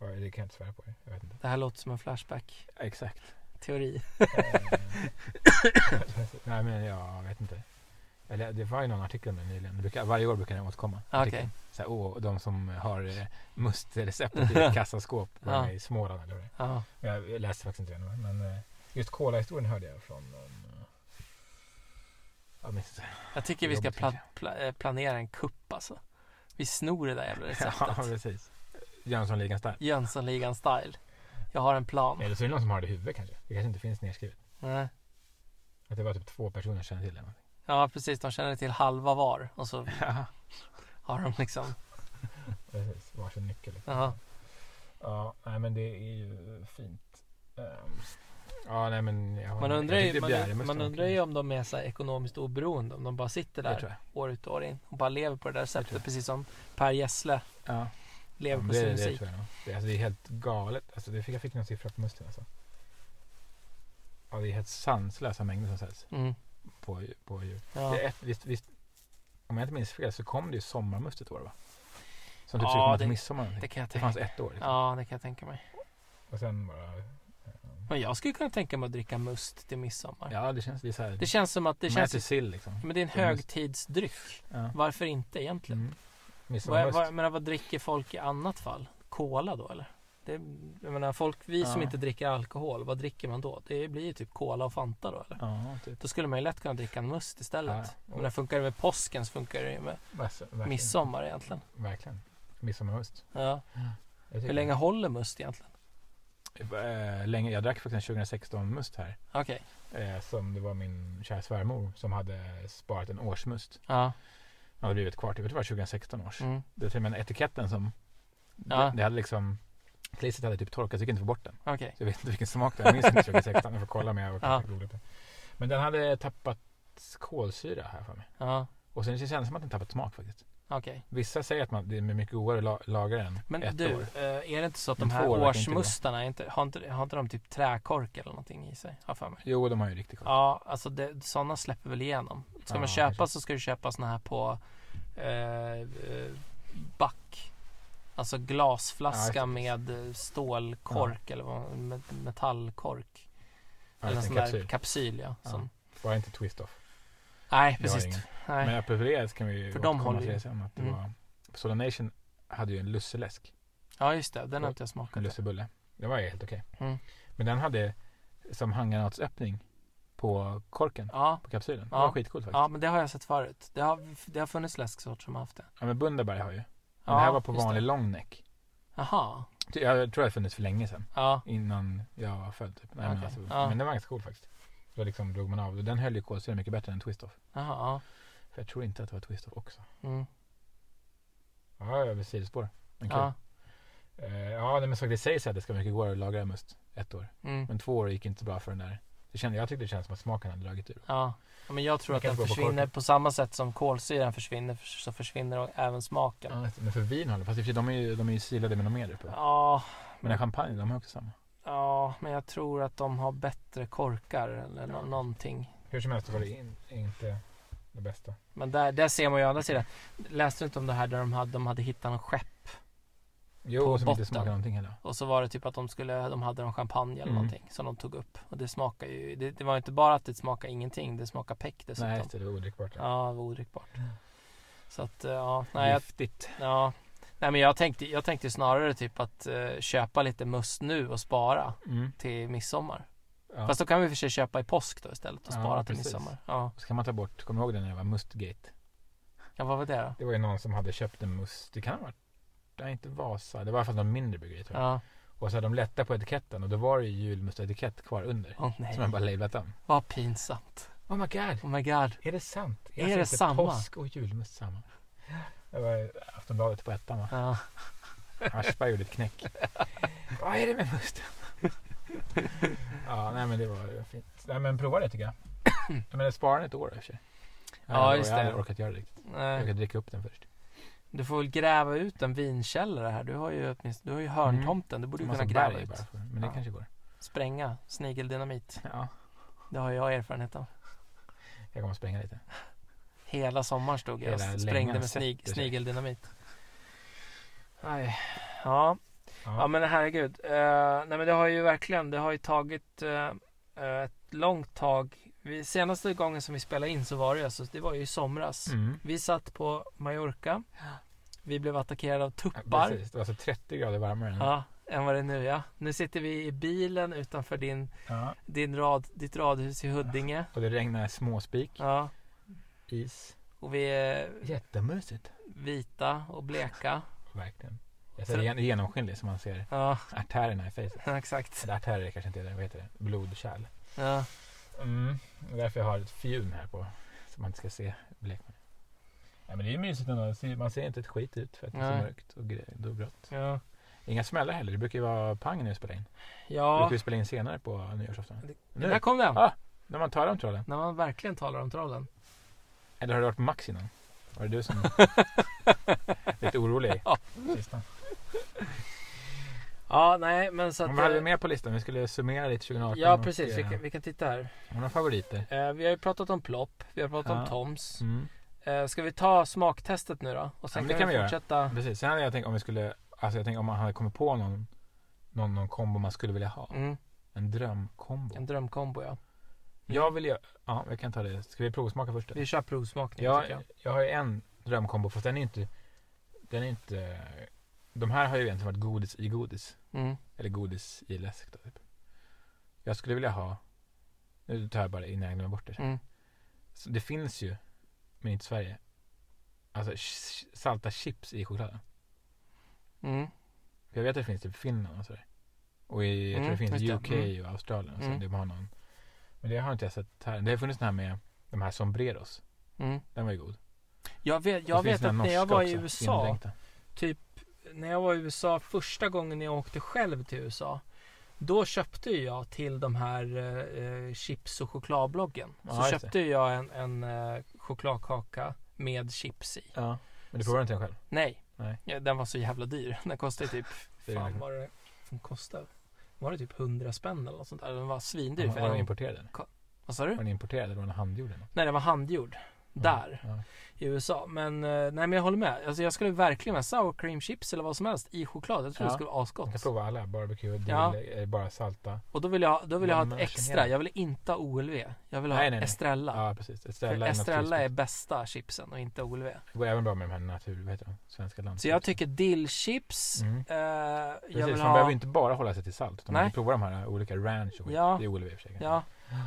S1: ja, det kan jag inte svära på. Jag vet inte.
S2: det här låter som en flashback-teori.
S1: Exakt. Eh, Nej men jag vet inte. Eller det var ju någon artikel om det nyligen. Det brukar, varje år brukar den återkomma.
S2: Ah, Okej.
S1: artikeln. Så här, åh, de som har eh, mustreceptet i ett kassaskåp var
S2: Ja.
S1: med i Småland eller vad det är.
S2: Ja.
S1: Jag jag läste faktiskt inte det men eh, just Cola-historien hörde jag från någon... eh, Jag minns inte.
S2: Jag tycker vi ska
S1: Jobbigt,
S2: pla-
S1: tycker
S2: pla- eh, planera en kupp alltså. Vi snor det där jävla
S1: Ja
S2: receptet.
S1: precis. Jönssonligan style.
S2: Jönssonligan style. Jag har en plan.
S1: Eller så är det någon som har det i huvudet kanske. Det kanske inte finns nedskrivet.
S2: Nej.
S1: Att det var typ två personer som kände till det.
S2: Ja precis, de känner till halva var och så
S1: Ja,
S2: har de liksom.
S1: precis. Varsin nyckel. liksom.
S2: Jaha.
S1: Ja, nej men det är ju fint. Ehm, ja, nej men. Jag,
S2: Man undrar,
S1: jag
S2: ju,
S1: tyckte Bjärremus var
S2: man, man
S1: kul.
S2: undrar ju om de är så här ekonomiskt oberoende. Om de bara sitter
S1: Det
S2: där
S1: tror jag.
S2: år ut och år in och bara lever på det där
S1: tror
S2: receptet.
S1: jag.
S2: Precis som Per Gessle
S1: Ja, ja,
S2: lever
S1: men
S2: på
S1: det,
S2: sin
S1: det
S2: musik.
S1: tror jag nog. Det, alltså, det är helt galet. Alltså, det fick, jag fick någon siffra på musten alltså. Ja, det är helt sanslösa mängder som säljs
S2: Mm.
S1: på, på djur.
S2: Ja.
S1: Det är ett, visst, visst, om jag inte minns fel så kom det ju sommarmust ett år va? Som typ
S2: Ja,
S1: såg ut som
S2: det-
S1: ett midsommar. eller
S2: Det
S1: någonting.
S2: kan jag
S1: Det fanns
S2: tänka
S1: ett år. Liksom.
S2: Ja, det kan jag tänka mig.
S1: Och sen bara.
S2: Men jag skulle kunna tänka mig att dricka must till midsommar.
S1: Ja, det känns det är så här.
S2: Det känns som att det känns...
S1: till sill liksom.
S2: Men det är en
S1: det är must.
S2: högtidsdryck.
S1: Ja.
S2: Varför inte egentligen?
S1: Mm.
S2: Vad,
S1: Midsommarmust.
S2: vad, menar, vad dricker folk i annat fall? Cola då eller? Det, jag menar, folk, vi som
S1: Ja.
S2: inte dricker alkohol, vad dricker man då? Det blir ju typ Cola och Fanta då eller?
S1: Ja, typ.
S2: Då skulle man ju lätt kunna dricka en must istället.
S1: Ja, ja.
S2: Men när funkar det med påsken så funkar det ju med
S1: Vers- verkligen.
S2: midsommar egentligen.
S1: Verkligen. Midsommarmust.
S2: Ja.
S1: Mm. Jag tycker
S2: Hur länge håller must egentligen?
S1: det. Eh, länge? Jag drack faktiskt en 2016-must här.
S2: Okej.
S1: Eh, som det var min kära svärmor som hade sparat en årsmust.
S2: Ja.
S1: Det hade blivit kvar, typ, jag tror det var 2016 års.
S2: Mm.
S1: Det var till och med etiketten som...
S2: Ja.
S1: Det, det hade liksom... Klistret hade typ torkat, så jag kunde inte få bort den.
S2: Okej.
S1: Så jag vet inte vilken smak det var. Jag minns inte 2016, jag får kolla men jag orkar
S2: Ja.
S1: inte googla det. Men den hade tappat kolsyra här för mig.
S2: Ja.
S1: Och sen kändes det som att den tappat smak faktiskt.
S2: Okej.
S1: Vissa säger att man, det är mycket godare att la, lagra den
S2: Men
S1: ett
S2: du,
S1: år.
S2: eh, är det inte så att
S1: Men
S2: de här
S1: två år verkar inte gå.
S2: årsmustarna, är inte, har, inte, har inte de typ träkork eller någonting i sig? Har jag för mig.
S1: Jo, de har ju riktigt koll.
S2: Ja, alltså det, sådana släpper väl igenom. Ska
S1: Ja,
S2: man köpa
S1: kanske.
S2: så ska du köpa såna här på eh, eh, back. Alltså
S1: Ja,
S2: glasflaska
S1: exakt.
S2: med eh, stålkork eller vad- med, metallkork.
S1: Ja,
S2: eller en sån
S1: en
S2: där
S1: kapsyl.
S2: kapsyl ja.
S1: Ja,
S2: Som,
S1: Bara inte twist-off.
S2: Nej,
S1: Det har
S2: precis.
S1: ingen.
S2: Nej.
S1: Men apropos kan vi ju
S2: För de
S1: återkomma
S2: håller
S1: till
S2: ju.
S1: det sen. Att det
S2: Mm.
S1: var, Soda Nation hade ju en lusseläsk,
S2: Ja, just det. Den har inte jag
S1: en
S2: smakat.
S1: lussebulle. Det var ju helt okej.
S2: Mm.
S1: Men den hade som handgranatsöppning på korken,
S2: Ja,
S1: på kapsylen. Det
S2: Ja.
S1: var skitcoolt faktiskt.
S2: ja,
S1: Ja,
S2: men det har jag sett förut. Det har, det har funnits läsksort som har haft det.
S1: men Bundaberg har ju. Men
S2: Ja,
S1: det här var på
S2: just
S1: vanlig
S2: det.
S1: långneck.
S2: Jaha.
S1: Ty- Jag tror det funnits för länge sedan.
S2: Ja,
S1: Innan jag var född. Typ. Nej, men,
S2: Okej.
S1: alltså,
S2: Ja.
S1: men den var ganska cool faktiskt. Då liksom drog man av. Och Den höll ju kolsyran mycket bättre än twist-off.
S2: jaha.
S1: För jag tror inte att det var twist-off också.
S2: Ja. Mm.
S1: Ja, över sidospår. Men kul.
S2: Ja.
S1: Eh, ja, nej, men så det sägs att det ska mycket gå att lagra must ett år.
S2: Mm.
S1: Men två år gick inte så bra för den där. Det kände, jag tyckte det kändes som att smaken hade dragit ur.
S2: Ja, Ja, men jag tror
S1: Man
S2: att
S1: kan
S2: den
S1: inte gå på
S2: försvinner
S1: korken.
S2: på samma sätt som kolsyran försvinner så försvinner även smaken.
S1: Ja. Men för vin håller fast i och för sig, de är ju de är ju silade med något mer på.
S2: Ja,
S1: Men den champagne, de har också samma.
S2: ja, men jag tror att de har bättre korkar eller nå-
S1: Ja.
S2: någonting.
S1: Hur som helst var det in, inte det bästa.
S2: Men där, där ser man ju å andra sidan. Läste du inte om det här där de hade, de hade hittat något skepp
S1: Jo,
S2: På
S1: som
S2: botten.
S1: inte smakar någonting heller.
S2: och så var det typ att de skulle, de hade någon champagne eller
S1: Mm.
S2: någonting som de tog upp. Och det smakar ju, det, det var inte bara att det smakar ingenting, det smakar peck dessutom.
S1: Nej, just det, det var odrickbart.
S2: Ja, det var odrickbart. Så att, eh, ja, nej, jag,
S1: Giftigt.
S2: Ja. Nej men jag tänkte, jag tänkte snarare typ att eh, köpa lite must nu och spara
S1: Mm.
S2: till midsommar.
S1: Ja.
S2: Fast då kan vi i och för sig köpa i påsk då istället och
S1: Ja,
S2: spara till
S1: precis.
S2: midsommar. Ja.
S1: Och så kan man ta bort, kommer du ihåg den jävla mustgate?
S2: ja, vad var det då?
S1: Det var ju någon som hade köpt en must, det kan ha varit, det är inte Vasa, det var i alla fall någon mindre bryggeri tror jag.
S2: Ja.
S1: Och så hade de lättat på etiketten och då var det ju julmustetikett kvar under.
S2: Åh nej,
S1: Som jag bara lablat om.
S2: vad pinsamt.
S1: Oh my god!
S2: Oh my god.
S1: Är det sant?
S2: Är det
S1: inte
S2: samma?
S1: Påsk och julmust samma? Det var ju Aftonbladet på ettan va?
S2: Ja.
S1: Aschberg gjorde ett knäck. Vad är det med musten? ja, nej men det var fint. Nej men prova det tycker jag. Nej, Men det sparar den ett år i och för sig.
S2: Ja,
S1: Jag har-
S2: just
S1: Jag har
S2: det.
S1: aldrig orkat göra det riktigt. Jag har
S2: Nej.
S1: orkat dricka upp den först.
S2: Du får väl gräva ut en vinkällare här. Du har ju åtminstone, du har ju hörntomten.
S1: Mm.
S2: Du borde ju kunna
S1: Massa
S2: gräva
S1: berg
S2: ut.
S1: bara för, men det
S2: Ja.
S1: kanske går.
S2: Spränga snigeldynamit.
S1: Ja,
S2: Det har jag erfarenhet av.
S1: jag kommer att spränga lite.
S2: Hela sommaren stod jag och
S1: Hela
S2: sprängde
S1: längan
S2: med snig,
S1: sätter sig.
S2: snigeldynamit. Nej. Ja. ja, men herregud. Uh, nej, men det har ju verkligen, det har ju tagit eh, eh, ett långt tag. Vi, senaste gången som vi spelade in så var det alltså, det var ju i somras.
S1: Mm.
S2: Vi satt på Mallorca. Vi blev attackerade av
S1: Ja,
S2: tuppar.
S1: Precis, det var alltså 30 grader varmare än
S2: Ja, än vad det är nu ja. Nu sitter vi i bilen utanför din,
S1: Ja,
S2: din rad, ditt radhus i Huddinge.
S1: Och det regnar småspik,
S2: Ja,
S1: is.
S2: och vi är
S1: Jättemysigt.
S2: vita och bleka.
S1: Verkligen. Jag ser gen- genomskinlig så man ser
S2: Ja,
S1: artärerna i fejset.
S2: exakt.
S1: Eller Artärer kanske inte är det, vad heter det? Blodkärl.
S2: Ja,
S1: Mm. Det är därför jag har ett fjun här på. Så man inte ska se blekman. Ja, men det är mysigt ändå. Det ser- Man ser inte ett skit ut för att det är
S2: Nej.
S1: så mörkt och gre- dubbelt.
S2: ja.
S1: Inga smällar heller. Det brukar ju vara pang när vi spelar in. Det brukar
S2: ja
S1: vi spela in senare på nyårsafton.
S2: Det-
S1: Nu,
S2: där kom den.
S1: Ja. när man talar om trollen.
S2: När man verkligen talar om trollen.
S1: Eller har du varit på Max innan? Var det du som... Lite orolig
S2: Ja.
S1: i listan.
S2: Ja, nej, men så att...
S1: Hon hade
S2: eh,
S1: med på listan. Vi skulle summera lite 2018.
S2: Ja,
S1: och,
S2: precis. Vi
S1: eh,
S2: kan, vi kan titta här.
S1: Har du några favoriter?
S2: Eh, vi har ju pratat om Plopp. Vi har pratat om
S1: Ja.
S2: Toms.
S1: Mm.
S2: Eh, ska vi ta smaktestet nu då? Och sen
S1: men det
S2: kan
S1: kan
S2: vi
S1: vi göra.
S2: fortsätta.
S1: Precis. Sen hade jag tänkt om vi skulle... Alltså jag tänkte om man hade kommit på någon, någon, någon kombo man skulle vilja ha.
S2: Mm,
S1: En drömkombo.
S2: en drömkombo ja.
S1: Jag vill ju... Ja, jag kan ta det. Ska vi provsmaka först? då?
S2: Vi kör provsmakning tycker jag.
S1: Jag, jag har ju en drömkombo fast den är inte... Den är inte... De här har ju egentligen varit godis i godis.
S2: Mm.
S1: Eller godis i läsk då, typ. Jag skulle vilja ha... Nu tar jag bara innan jag glömmer bort det.
S2: Mm.
S1: Så det finns ju, men inte i Sverige. Alltså ch- salta chips i chokladen.
S2: Mm.
S1: För Jag vet att det finns typ i Finland och sådär. Och i, jag
S2: Mm,
S1: tror det finns
S2: just
S1: i
S2: det.
S1: UK och Australien. Och så,
S2: Mm.
S1: det har någon. Men det har inte jag sett här. Det har funnits den här med de här sombreros.
S2: Mm.
S1: Den var ju god.
S2: Jag vet,
S1: Och
S2: jag
S1: så finns
S2: vet
S1: den
S2: att
S1: här
S2: när jag
S1: norska
S2: var i
S1: också,
S2: USA
S1: indränkta.
S2: när jag var i USA första gången jag åkte själv till USA. Då köpte ju jag till de här eh, eh, chips och chokladbloggen.
S1: Ja,
S2: Så
S1: just det.
S2: köpte ju jag en, en eh, chokladkaka med chips i.
S1: Ja. Men du provar inte den själv?
S2: Nej.
S1: Nej.
S2: Ja, Den var så jävla dyr. Den kostade typ,
S1: Det är
S2: fan
S1: det.
S2: var det den kostade? Var det typ 100 spänn eller något sånt där? Den var
S1: Du,
S2: svindyr
S1: var
S2: för en
S1: den
S2: gång.
S1: importerad eller?
S2: Vad sa du?
S1: Var den importerad eller var den handgjord? Eller? något?
S2: Nej, den var handgjord. Där.
S1: Ja.
S2: i USA. Men, eh, nej, men jag håller med. Alltså, jag skulle verkligen ha sour cream chips eller vad som helst i choklad. Jag tror
S1: Ja.
S2: det skulle vara asgott.
S1: Man kan prova alla. Barbecue, dill,
S2: Ja.
S1: eh, bara salta.
S2: Och då vill jag, då vill jag ha
S1: Men
S2: ett
S1: man känner
S2: extra.
S1: igen.
S2: Jag vill inte ha OLV. Jag vill ha
S1: Nej, nej, nej.
S2: Estrella.
S1: Ja, precis. Estrella,
S2: För
S1: är
S2: Estrella är
S1: naturligt.
S2: bästa chipsen och inte OLV.
S1: Det går även bra med de här natur... Vad heter de? Svenska landskapet.
S2: Så jag tycker dillchips.
S1: Mm.
S2: Eh, jag
S1: Precis, man
S2: vill
S1: behöver
S2: ha...
S1: ju inte bara hålla sig till salt. Utan
S2: Nej.
S1: man kan prova de här olika ranch och skit.
S2: Ja.
S1: Det är Oliver i och för sig. kanske.
S2: Ja,
S1: ja,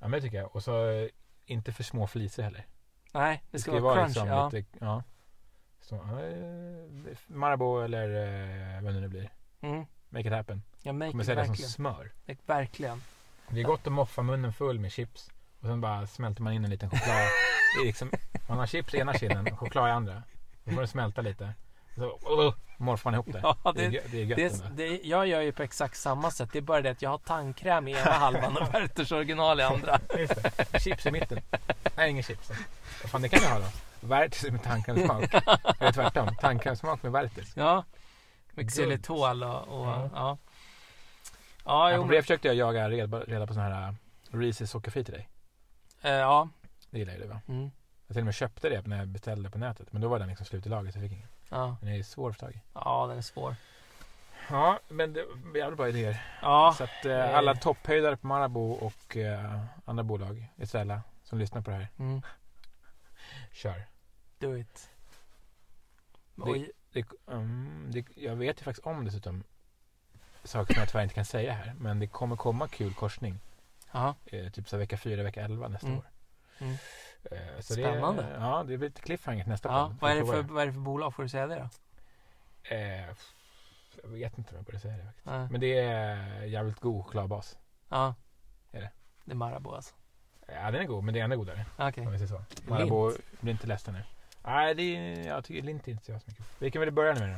S1: men det tycker jag. Och så eh, inte för små flisor heller.
S2: nej, det ska,
S1: ju liksom
S2: vara crunch. ja.
S1: lite, ja. Så, eh, Marabou eller eh, vad det nu blir.
S2: Mm.
S1: Make it happen.
S2: Jag make
S1: Kommer
S2: it
S1: sälja som
S2: verkligen.
S1: smör.
S2: Det- verkligen.
S1: Det är gott att moffa munnen full med chips. Och sen bara smälter man in en liten choklad. Det är liksom, man har chips i ena kinden och choklad i andra. Då får det smälta lite. Så oh, morfar man ihop det.
S2: Ja,
S1: det, är
S2: det,
S1: gö- det är gött
S2: det,
S1: ändå.
S2: det, jag gör ju på exakt samma sätt. Det är bara det att jag har tandkräm i ena halvan och Werthers original i andra.
S1: Just det. Chips i mitten. Nej, ingen chips. Vad fan, det kan jag ha då. Werthers med tandkrämssmak. Eller tvärtom. Tandkrämssmak med Werthers.
S2: Ja. Med xylitol och, och ja.
S1: Ja.
S2: Ja,
S1: Ja,
S2: jo,
S1: på det försökte jag jaga reda, reda på sån här äh, Reese's sockerfri till dig.
S2: eh, ja.
S1: Det gillar ju du va?
S2: Mm,
S1: Jag till och med köpte det när jag beställde på nätet. Men då var den liksom slut i lager så jag fick ingen.
S2: ja.
S1: Den är svår att få tag i.
S2: Ja, den är svår.
S1: Ja, men det var jävligt bra idéer.
S2: Ja,
S1: Så att
S2: eh,
S1: eh, alla topphöjdare på Marabou och eh, andra bolag, Estrella, som lyssnar på det här.
S2: mm,
S1: Kör.
S2: do it.
S1: Det-
S2: Oj,
S1: Det, mm, det, jag vet ju faktiskt om dessutom saker som jag tyvärr inte kan säga här. Men det kommer komma kul korsning.
S2: ja,
S1: Eh, typ så här vecka 4, vecka 11 nästa
S2: Mm.
S1: år.
S2: Mm.
S1: Eh, så
S2: Spännande.
S1: Det, ja, det blir lite cliffhanger till nästa
S2: ja.
S1: podd.
S2: Vad, är det
S1: Får
S2: för,
S1: jag-
S2: vad är det för bolag? Får du säga det då?
S1: Eh, jag vet inte om jag borde säga det faktiskt.
S2: Ja,
S1: Men det är jävligt god chokladbas.
S2: ja.
S1: Är det?
S2: Det är Marabou alltså.
S1: Ja, den är god, men det är ännu godare.
S2: Okej.
S1: Om vi säger så. Marabou blir inte ledsen nu. Nej, det är, jag tycker lint är inte så mycket. Vilken vill du börja nu med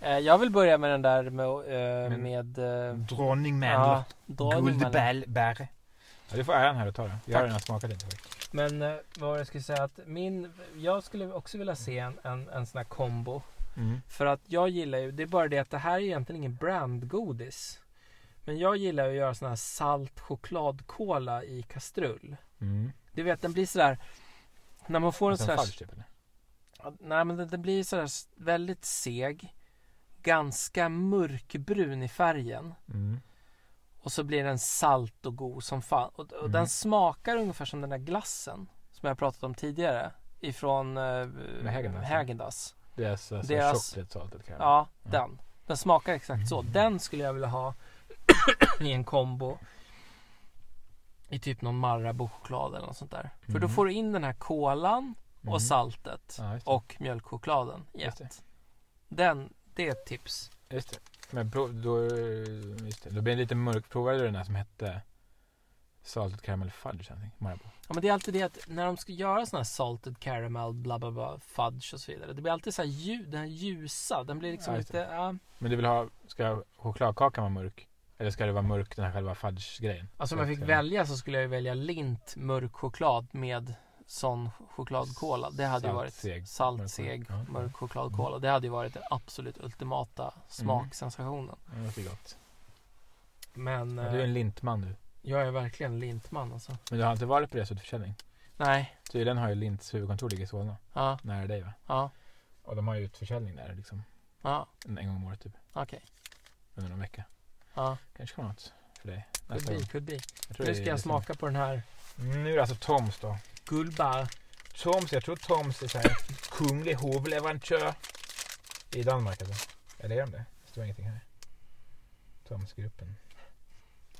S1: då?
S2: Eh, jag vill börja med den där med... Eh,
S1: Men-
S2: med eh,
S1: Dronningmandel.
S2: ja, Dronningmandel.
S1: bär. Ja, du får äran här och ta den. Jag har
S2: Tack.
S1: redan smakat lite faktiskt.
S2: Men eh, vad var det jag skulle säga att min... Jag skulle också vilja se en, en, en sån här kombo.
S1: Mm.
S2: För att jag gillar ju, det är bara det att det här är egentligen ingen brandgodis. Men jag gillar ju att göra sån här salt chokladkola i kastrull.
S1: Mm.
S2: Du vet den blir sådär När man får en
S1: Sen
S2: sån här...
S1: falsk typ, eller?
S2: Ja, Nej men den, den blir sådär s- väldigt seg Ganska mörkbrun i färgen
S1: Mm.
S2: Och så blir den salt och god som fan Och, och
S1: Mm.
S2: den smakar ungefär som den där glassen Som jag pratat om tidigare Ifrån eh,
S1: Häagen-Dazs.
S2: Häagen-Dazs
S1: Det är så, så
S2: Deras-
S1: tjockt, saltet kräver.
S2: Ja,
S1: Ja. Mm.
S2: den Den smakar exakt så Den skulle jag vilja ha I en kombo I typ någon Marabou-choklad eller något sånt där För då
S1: Mm.
S2: får du in den här kolan
S1: Mm.
S2: och saltet
S1: Ja, just det.
S2: och mjölkchokladen i
S1: Just det.
S2: ett. Den, det är ett tips.
S1: Just det. Men prov, då, just det. då blir det lite mörkt. Provade du den här som hette saltet caramel fudge? någonting? Marabou.
S2: Ja, men det är alltid det att när de ska göra sån här salted caramel, bla bla bla, fudge och så vidare. Det blir alltid så här ljus, den här ljusa. Den blir liksom
S1: Ja, just
S2: lite,
S1: det.
S2: ja.
S1: Men du vill ha, ska chokladkakan vara mörk? Eller ska det vara mörk den här själva fudge-grejen?
S2: Alltså om jag fick
S1: Verkligen.
S2: välja så skulle jag ju välja lint mörk choklad med sån chokladkola. Det hade ju
S1: Salt,
S2: varit
S1: seg,
S2: salt,
S1: mörk
S2: seg,
S1: choklad. Ja.
S2: mörk chokladkola. Det hade ju varit den absolut ultimata smaksensationen.
S1: Ja, Det låter gott.
S2: Men
S1: Ja, du är
S2: eh,
S1: en lintman du.
S2: jag är verkligen lintman alltså.
S1: Men du har inte varit på deras utförsäljning?
S2: Nej,
S1: Tydligen har ju Lints huvudkontor ligger i Solna.
S2: ja,
S1: Nära dig va?
S2: ja,
S1: Och de har ju utförsäljning där liksom.
S2: ja,
S1: En, en gång om året typ.
S2: okej.
S1: Under någon vecka.
S2: Ja,
S1: Kanske kommer något för dig.
S2: could
S1: Nästa gång.
S2: be, could be.
S1: Jag tror
S2: Nu
S1: det är
S2: ska jag
S1: liksom-
S2: smaka på den här
S1: Mm, Nu är det alltså Toms då.
S2: Gullbar.
S1: Toms, jag tror Toms är såhär kunglig hovleverantör. I Danmark alltså. Eller är de det? Det står ingenting här. Tomsgruppen.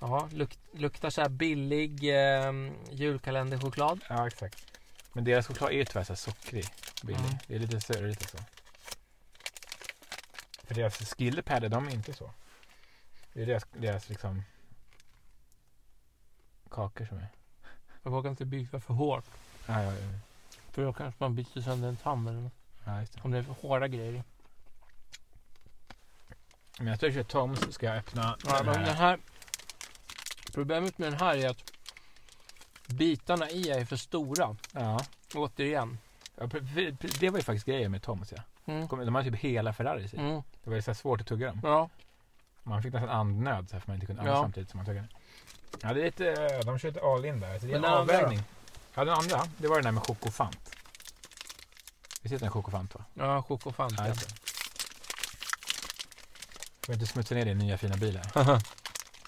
S2: Ja, luk luktar så här billig eh, julkalenderchoklad.
S1: Ja exakt. Men deras choklad är ju tyvärr såhär sockrig. Billig.
S2: Mm.
S1: Det är lite sörligt alltså. För deras skillpadder, de är inte så. Det är deras, deras liksom kakor som är.
S2: Jag vågar inte bita för hårt.
S1: Ja, ja, ja.
S2: För då kanske man biter sönder en tand eller något.
S1: ja just det.
S2: Om det är för hårda grejer i.
S1: Men jag tror att Toms ska jag öppna
S2: Ja,
S1: den
S2: men den
S1: här.
S2: här. Problemet med den här är att bitarna i är för stora.
S1: Ja.
S2: Återigen.
S1: Ja, pre- pre- pre- det var ju faktiskt grejen med Toms ja.
S2: Mm.
S1: Kom- De hade typ hela Ferraris i.
S2: Mm.
S1: Det var ju så här svårt att tugga dem.
S2: Ja.
S1: Man fick nästan andnöd så här, för man inte kunde andas
S2: Ja.
S1: samtidigt som man tuggade. Ja, det är lite, eh, de kör lite all in där. Så det är
S2: Men
S1: en
S2: den andra
S1: avvägning. Ja, den andra, det var den där med chokofant. Visst heter den chokofant va?
S2: Ja, chokofanten.
S1: just det. Får inte smutsa ner din nya fina bil här.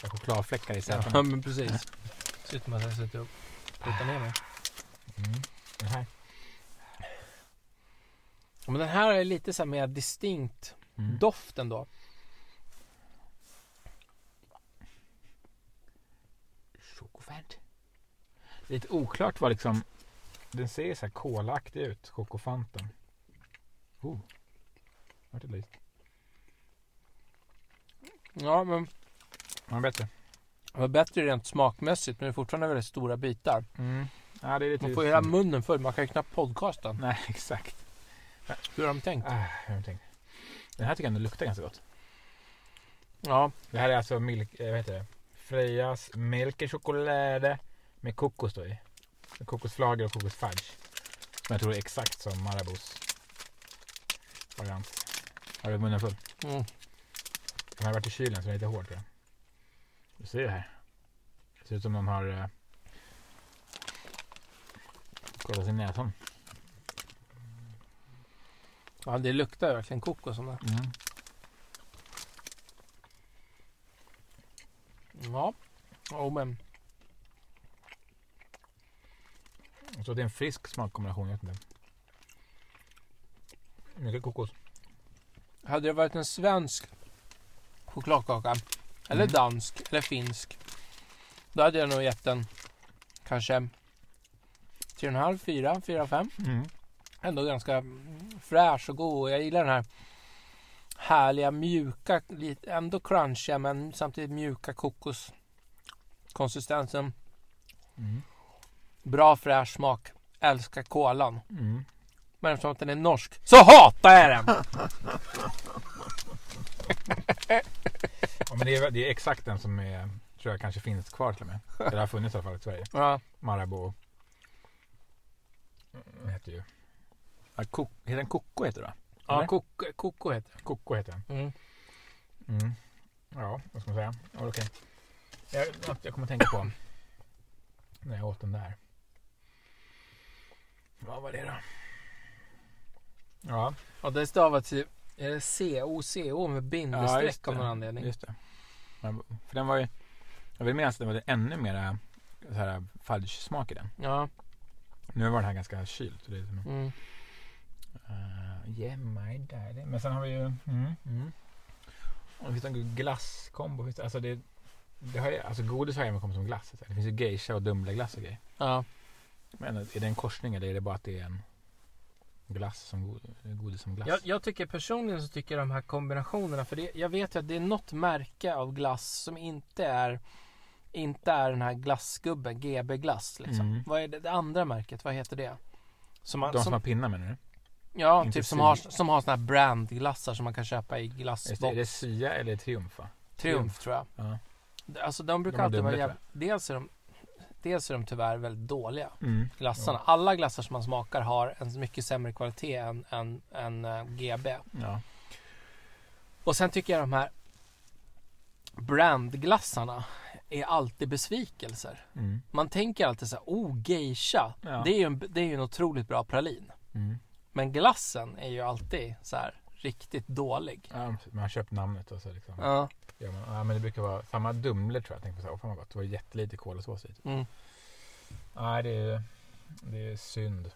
S1: Jag har Chokladfläckar i Mm. sätena.
S2: ja, men precis. Ser ut som att jag sätter upp. Puttar ner mig.
S1: Mm. Den här.
S2: Ja, Men den här är lite så här mer distinkt.
S1: Mm.
S2: doften då. Chokofant.
S1: Lite oklart vad liksom... Den ser ju så här kolaktig ut, chokofanten. Oh. Vart det lite?
S2: Ja, men
S1: Var den bättre?
S2: det var bättre rent smakmässigt men det är fortfarande väldigt stora bitar.
S1: Mm. Ja, det är lite...
S2: Man får ju hela munnen full, man kan ju knappt podcasta.
S1: Nej, exakt.
S2: Hur har de tänkt?
S1: Ah, jag tänkte. Den här tycker jag ändå luktar ganska gott.
S2: Ja,
S1: Det här är alltså milk, eh, vad heter det? Frejas melkechokolade med kokos då i. Med kokosflagor och kokosfudge. Som jag tror är exakt som Marabous variant. Har du munnen full?
S2: mm.
S1: Den har varit i kylen så den är lite hård tror jag. Du ser det här. Det ser ut som någon har eh, kollat sin näsan.
S2: ja det luktar ju verkligen kokos. om det.
S1: Mm.
S2: Ja, oh, men
S1: Jag tror det är en frisk smakkombination. Jag vet inte. Mycket kokos.
S2: hade det varit en svensk chokladkaka eller
S1: Mm.
S2: dansk eller finsk. Då hade jag nog gett den kanske 3,5, 4, 4, 5.
S1: Mm.
S2: ändå ganska mm, fräsch och god. Och Jag gillar den här härliga mjuka, lite- ändå crunchiga men samtidigt mjuka kokoskonsistensen.
S1: Mm.
S2: Bra fräsch smak. Älskar kolan.
S1: Mm.
S2: Men eftersom att den är norsk så hatar jag den!
S1: Ja, men det, är, det är exakt den som är, tror jag kanske finns kvar till och med. Eller har funnits i alla fall i Sverige.
S2: Ja,
S1: Marabou. Mm, heter ju. Ja, ko, heter den Koko heter det va?
S2: ja
S1: Eller?
S2: koko, koko heter
S1: Koko heter den.
S2: den. Mm.
S1: Mm. Ja, vad ska man säga? Ja, okej. Jag, något jag kommer tänka på när jag åt den där. Vad var det då? Ja,
S2: Ja, det stavas ju är det C-O-C-O med
S1: ja
S2: bindestreck av någon anledning.
S1: Just det. Men, för den var ju, jag vill minnas att det var ännu mera så här fudge-smak i den.
S2: Ja.
S1: Nu var den här ganska kyld. så Det är som,
S2: Mm.
S1: uh, yeah my daddy. Men sen har vi ju... Mm, mm. Och det finns en glasskombo. finns det- Alltså, det, det har ju, alltså godis har ju även kommit som glass. Så här. Det finns ju geisha och Dumleglass och grejer.
S2: Ja.
S1: Men är det en korsning eller är det bara att det är en glass som go- godis som glass?
S2: Jag, jag tycker personligen så tycker jag de här kombinationerna. För det, jag vet ju att det är något märke av glass som inte är inte är den här glassgubben, GB glass liksom.
S1: Mm.
S2: Vad är det, det andra märket? Vad heter det? Som man,
S1: De som,
S2: som,
S1: har pinnar menar du?
S2: ja,
S1: inte
S2: typ som
S1: fri-
S2: har, som har såna här brandglassar som man kan köpa i
S1: Just det, Är
S2: glassbox.
S1: det Sia eller Triumf? va?
S2: Triumf tror jag.
S1: Ja.
S2: Alltså de brukar
S1: De har
S2: alltid vara
S1: dubbla,
S2: jävla... Dels är de, dels är de tyvärr väldigt dåliga.
S1: Mm.
S2: glassarna. Alla glassar som man smakar har en mycket sämre kvalitet än, än, än eh, GB.
S1: Ja.
S2: Och sen tycker jag de här brandglassarna är alltid besvikelser.
S1: Mm.
S2: Man tänker alltid så här, oh geisha,
S1: Ja.
S2: det, är ju en, det är ju en otroligt bra pralin.
S1: Mm.
S2: Men glassen är ju alltid så här riktigt dålig.
S1: ja, man har köpt namnet och så liksom. Ja.
S2: Ja,
S1: man, ja, men det brukar vara samma Dumle tror jag. jag. Tänkte på så här, åh fan vad gott. Det var jättelite kolasås i. typ.
S2: mm.
S1: Nej, det är, det är synd.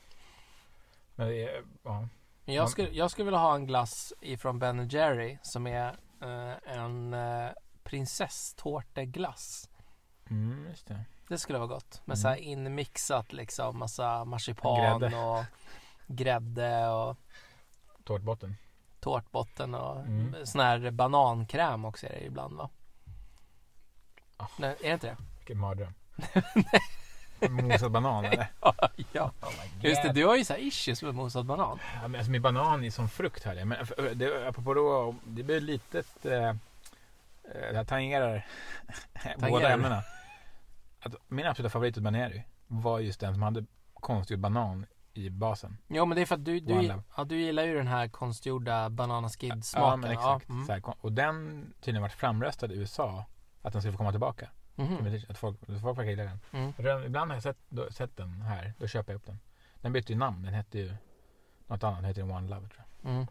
S1: Men det är, ja.
S2: Men
S1: Man-
S2: jag skulle, jag skulle vilja ha en glass ifrån Ben Jerry som är eh, en eh, prinsesstårteglass.
S1: Mm, just det.
S2: Det skulle vara gott. Med
S1: Mm.
S2: så här inmixat liksom. Massa marsipan
S1: Grädde.
S2: och grädde och
S1: Tårtbotten.
S2: tårtbotten och
S1: Mm.
S2: sån här banankräm också är det ibland va?
S1: Ah.
S2: Nej, är det inte det?
S1: Vilken mardröm. Mosad banan eller?
S2: ja.
S1: Oh my God.
S2: Just det, du har ju så här issues med mosad banan.
S1: Ja, men alltså med banan i som frukt här. Men f- det, apropå då, det blir lite... Eh, eh, det här tangerar, båda
S2: Tangerar.
S1: ämnena. Att min absoluta favorit hos Baneri var just den som hade konstgjord banan i basen.
S2: Jo men det är för att du,
S1: One
S2: du,
S1: love.
S2: ja, du gillar ju den här konstgjorda bananaskid smaken.
S1: Ja, men exakt.
S2: mm.
S1: Så här, kon- och den tydligen varit framröstad i USA. Att den skulle få komma tillbaka.
S2: Mhm.
S1: Att folk, folk verkar gilla den.
S2: Mm.
S1: Rön- Ibland har jag sett, då, sett den här. Då köper jag upp den. Den bytte ju namn. Den hette ju något annat. Den hette ju One Love tror jag.
S2: Mm.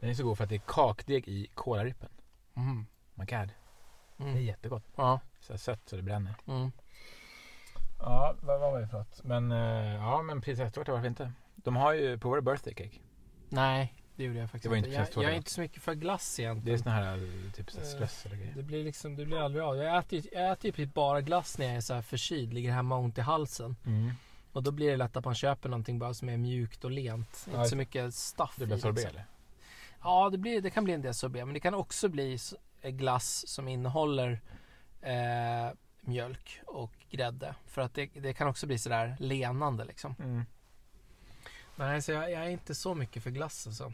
S1: Den är så god för att det är kakdeg i kolarippen.
S2: Mm.
S1: Oh my God. Det är
S2: Mm.
S1: jättegott.
S2: Ja.
S1: Så här sött så det bränner.
S2: Mm.
S1: Ja, vad, vad var det för något? Men, eh, ja, men prinsesstårta varför inte? De har ju, provar birthday cake?
S2: Nej, det gjorde jag
S1: Det
S2: faktiskt
S1: var
S2: inte.
S1: inte
S2: Jag,
S1: prinsesstårta,
S2: jag är
S1: va?
S2: inte så mycket för glass egentligen.
S1: Det är såna här eh, typ så här
S2: Eh,
S1: strössel och grejer.
S2: Det blir liksom, det blir aldrig av. Jag äter, ju- jag äter ju typ bara glass när jag är så här förkyld, ligger hemma och ont i halsen.
S1: Mm.
S2: Och då blir det lätt att man köper någonting bara som är mjukt och lent.
S1: Ja,
S2: Inte så mycket stuff
S1: Det
S2: i,
S1: blir sorbet
S2: liksom.
S1: eller?
S2: Ja, det, blir, det kan bli en del sorbet. Men det kan också bli s- eh, glass som innehåller eh, mjölk och grädde. För att det, det kan också bli sådär lenande liksom.
S1: Mm.
S2: Nej, så jag, jag är inte så mycket för glass alltså.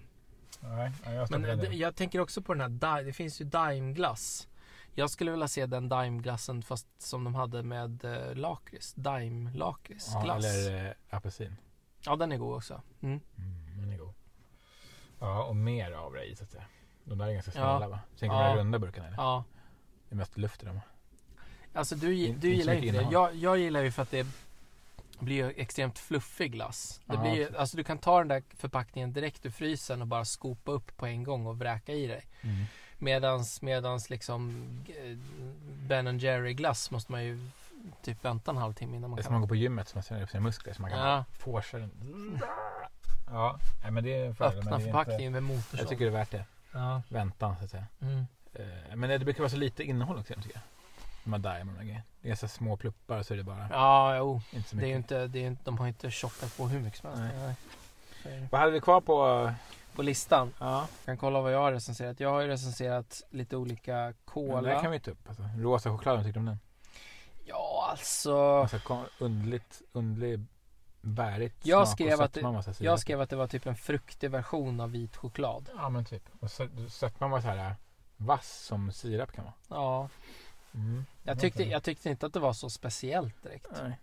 S1: Nej, ja, jag
S2: Men
S1: stoppar
S2: eh,
S1: den
S2: d-
S1: där.
S2: jag tänker också på den här, Di- det finns ju Daimglass. Jag skulle vilja se den Daimglassen fast som de hade med eh, lakrits.
S1: ja,
S2: Daimlakritsglass. Ja,
S1: Eller eh, apelsin.
S2: den är god också. Mm.
S1: Mm, den är god. Ja, och mer av det i så att säga. De där är ganska
S2: Ja.
S1: snälla va? Tänker
S2: Ja.
S1: på de där runda burkarna eller?
S2: Ja.
S1: Det är mest luft i dem.
S2: Alltså du, gi-
S1: Inte-
S2: du
S1: inte så
S2: gillar ju
S1: mycket
S2: inte det.
S1: innehåll.
S2: Jag, jag gillar ju för att det blir ju extremt fluffig glass. Det
S1: Ja,
S2: blir ju,
S1: precis.
S2: alltså du kan ta den där förpackningen direkt ur frysen och bara skopa upp på en gång och vräka i dig.
S1: Mm.
S2: Medans, medans liksom eh, Ben Jerry glass måste man ju typ vänta en halvtimme innan man
S1: Det är
S2: kan
S1: som man går på gymmet som man ser upp sina muskler så man kan
S2: Ja.
S1: forsa den. Ja, nej, men det är en fördel. men
S2: Öppna
S1: det är inte-
S2: förpackningen med motorsåg.
S1: Jag tycker det är värt det.
S2: ja.
S1: Väntan så att säga.
S2: mm.
S1: Eh, Men det brukar vara så lite innehåll också tycker jag. De här diamond och grejer. Det är så små pluppar så är det bara.
S2: ja, jo.
S1: Inte så
S2: Det är
S1: mycket.
S2: ju inte, det är ju inte, de har ju inte tjockat på hur mycket som helst.
S1: Nej.
S2: Nej. Så är det.
S1: Vad hade vi kvar på? eh,
S2: På listan,
S1: Ja,
S2: kan kolla vad jag har recenserat. Jag har ju recenserat lite olika
S1: den där
S2: cola.
S1: kan vi ta upp. Alltså. Rosa choklad, vad tyckte du om den?
S2: Ja, alltså.
S1: Alltså, kon- underligt, underlig bärigt
S2: Jag
S1: smak
S2: skrev
S1: och
S2: att det-
S1: sötma massa sidor.
S2: Jag skrev att det var typ en fruktig version av vit choklad.
S1: Ja men typ. Och sö- sötman var så här eh, vass som sirap kan vara.
S2: Ja,
S1: Mm.
S2: jag tyckte, jag tyckte inte att det var så speciellt direkt.
S1: Nej.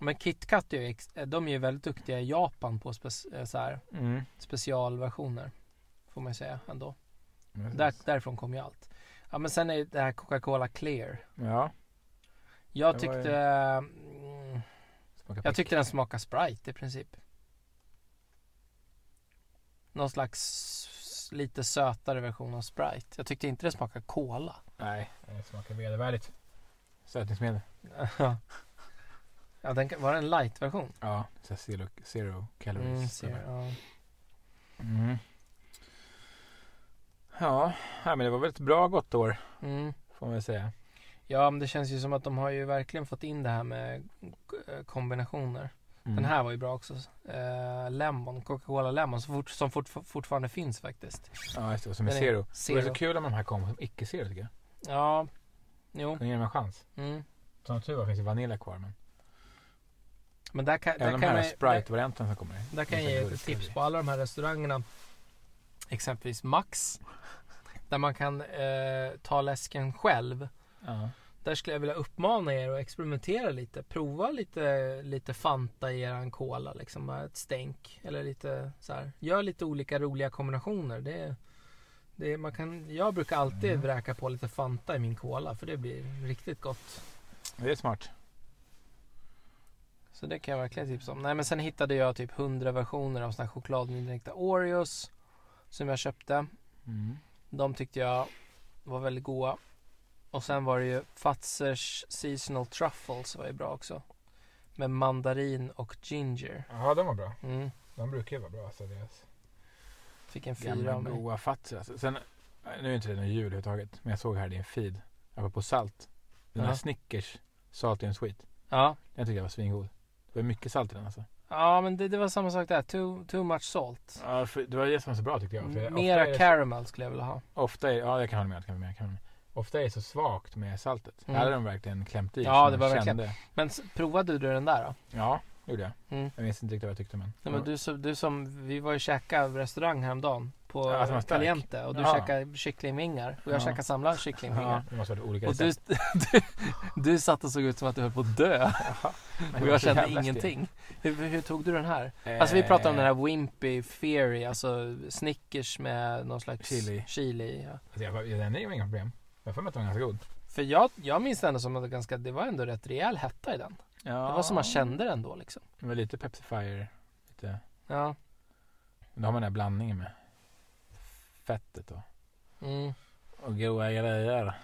S2: Men KitKat är ju, ex- de är ju väldigt duktiga i Japan på spec- eh, så här,
S1: Mm.
S2: specialversioner. Får man ju säga ändå. Där, därifrån kom ju allt. Ja, men sen är det här Coca-Cola Clear.
S1: Ja.
S2: Jag
S1: Det var ju-
S2: tyckte... mm,
S1: Smaka
S2: Jag
S1: pick.
S2: tyckte den smakade Sprite i princip. Någon slags s- lite sötare version av Sprite. Jag tyckte inte det smakade Cola.
S1: Nej, det Eh, smakar vedervärdigt. Sötningsmedel.
S2: ja, den, kan- var det en light-version?
S1: Ja, så här zero, zero calories.
S2: Mm, ser, ja.
S1: Mm. Ja, nej, men det var väl ett bra gott år
S2: Mm.
S1: får man väl säga.
S2: ja, men det känns ju som att de har ju verkligen fått in det här med eh, kombinationer.
S1: Mm.
S2: Den här var ju bra också. Eh, lemon, Coca-Cola Lemon, som, fort, som fort, fortfarande finns faktiskt.
S1: Ja, just det. Och som är
S2: Den är
S1: zero. Det är
S2: zero.
S1: så kul om de här kommer som icke-zero tycker jag.
S2: Ja, jo.
S1: Den ger mig en chans.
S2: Mm.
S1: Som tur var finns ju vanilj kvar. Men
S2: Men där kan, där
S1: även
S2: kan
S1: de här
S2: man, där,
S1: Sprite-varianterna som kommer.
S2: där kan jag ge ett tips på alla de här restaurangerna. Exempelvis Max. Där man kan eh, ta läsken själv.
S1: Ja.
S2: Där skulle jag vilja uppmana er att experimentera lite. Prova lite, lite Fanta i eran cola. Liksom bara ett stänk. Eller lite så här. Gör lite olika roliga kombinationer. Det, det, man kan, jag brukar alltid
S1: Mm.
S2: vräka på lite Fanta i min cola. För det blir riktigt gott.
S1: Det är smart.
S2: Så det kan jag verkligen tipsa om. Nej men sen hittade jag typ 100 versioner av såna här chokladindränkta Oreos. Som jag köpte.
S1: Mm.
S2: De tyckte jag var väldigt goda. Och sen var det ju Fazers Seasonal Truffles var ju bra också. Med mandarin och ginger.
S1: Ja, de var bra.
S2: Mm.
S1: De brukar ju vara bra. Så deras
S2: Fick en fyra
S1: gamla
S2: av mig.
S1: goa fatser. Alltså. Sen, nu är inte det någon jul överhuvudtaget. Men jag såg här i en feed. Apropå salt. Den här
S2: Ja.
S1: Snickers Salt and Sweet.
S2: Ja.
S1: Den tyckte jag var svingod. Det var mycket salt i den alltså.
S2: ja men det, det var samma sak där. Too, too much salt.
S1: Ja, för det var det som var så bra tyckte jag. För ofta, är
S2: Mera
S1: det,
S2: caramel skulle jag vilja ha.
S1: Mm. ofta är Ja, jag kan hålla med. Jag kan hålla med, jag kan hålla med. Ofta är det så svagt med saltet.
S2: Mm.
S1: Här hade de verkligen klämt i.
S2: Ja,
S1: så
S2: det
S1: man
S2: var verkligen-
S1: kände-
S2: Men s- provade du den där då?
S1: Ja, det gjorde jag.
S2: Mm.
S1: Jag minns inte riktigt vad jag tyckte men.
S2: Nej, men du, som- du som, vi var ju käka restaurang häromdagen på
S1: Ja, som var
S2: ja,
S1: stark.
S2: Caliente och du
S1: Ja.
S2: käkade kycklingvingar och jag
S1: Ja.
S2: käkade samla
S1: Ja,
S2: kycklingvingar.
S1: det måste ha varit olika
S2: Och du,
S1: recept.
S2: du, du satt och såg ut som att du höll på att dö
S1: Men det
S2: och
S1: var
S2: jag
S1: så
S2: kände
S1: jävla
S2: ingenting. Hur, hur tog du den här?
S1: stel.
S2: Alltså vi pratar om
S1: Eh,
S2: den här Wimpy Fairy, alltså Snickers med någon slags
S1: Chili.
S2: chili, ja.
S1: alltså, jag bara, Den är ju inga problem. Jag har för mig att den var ganska god.
S2: För jag, jag minns det ändå som att det, ganska, det var ändå rätt rejäl hetta i den.
S1: Ja.
S2: Det var som man kände den då liksom.
S1: Det var lite Pepsi Fire. Lite.
S2: Ja.
S1: Men Då har man den här blandningen med fettet och,
S2: Mm.
S1: och goa grejer.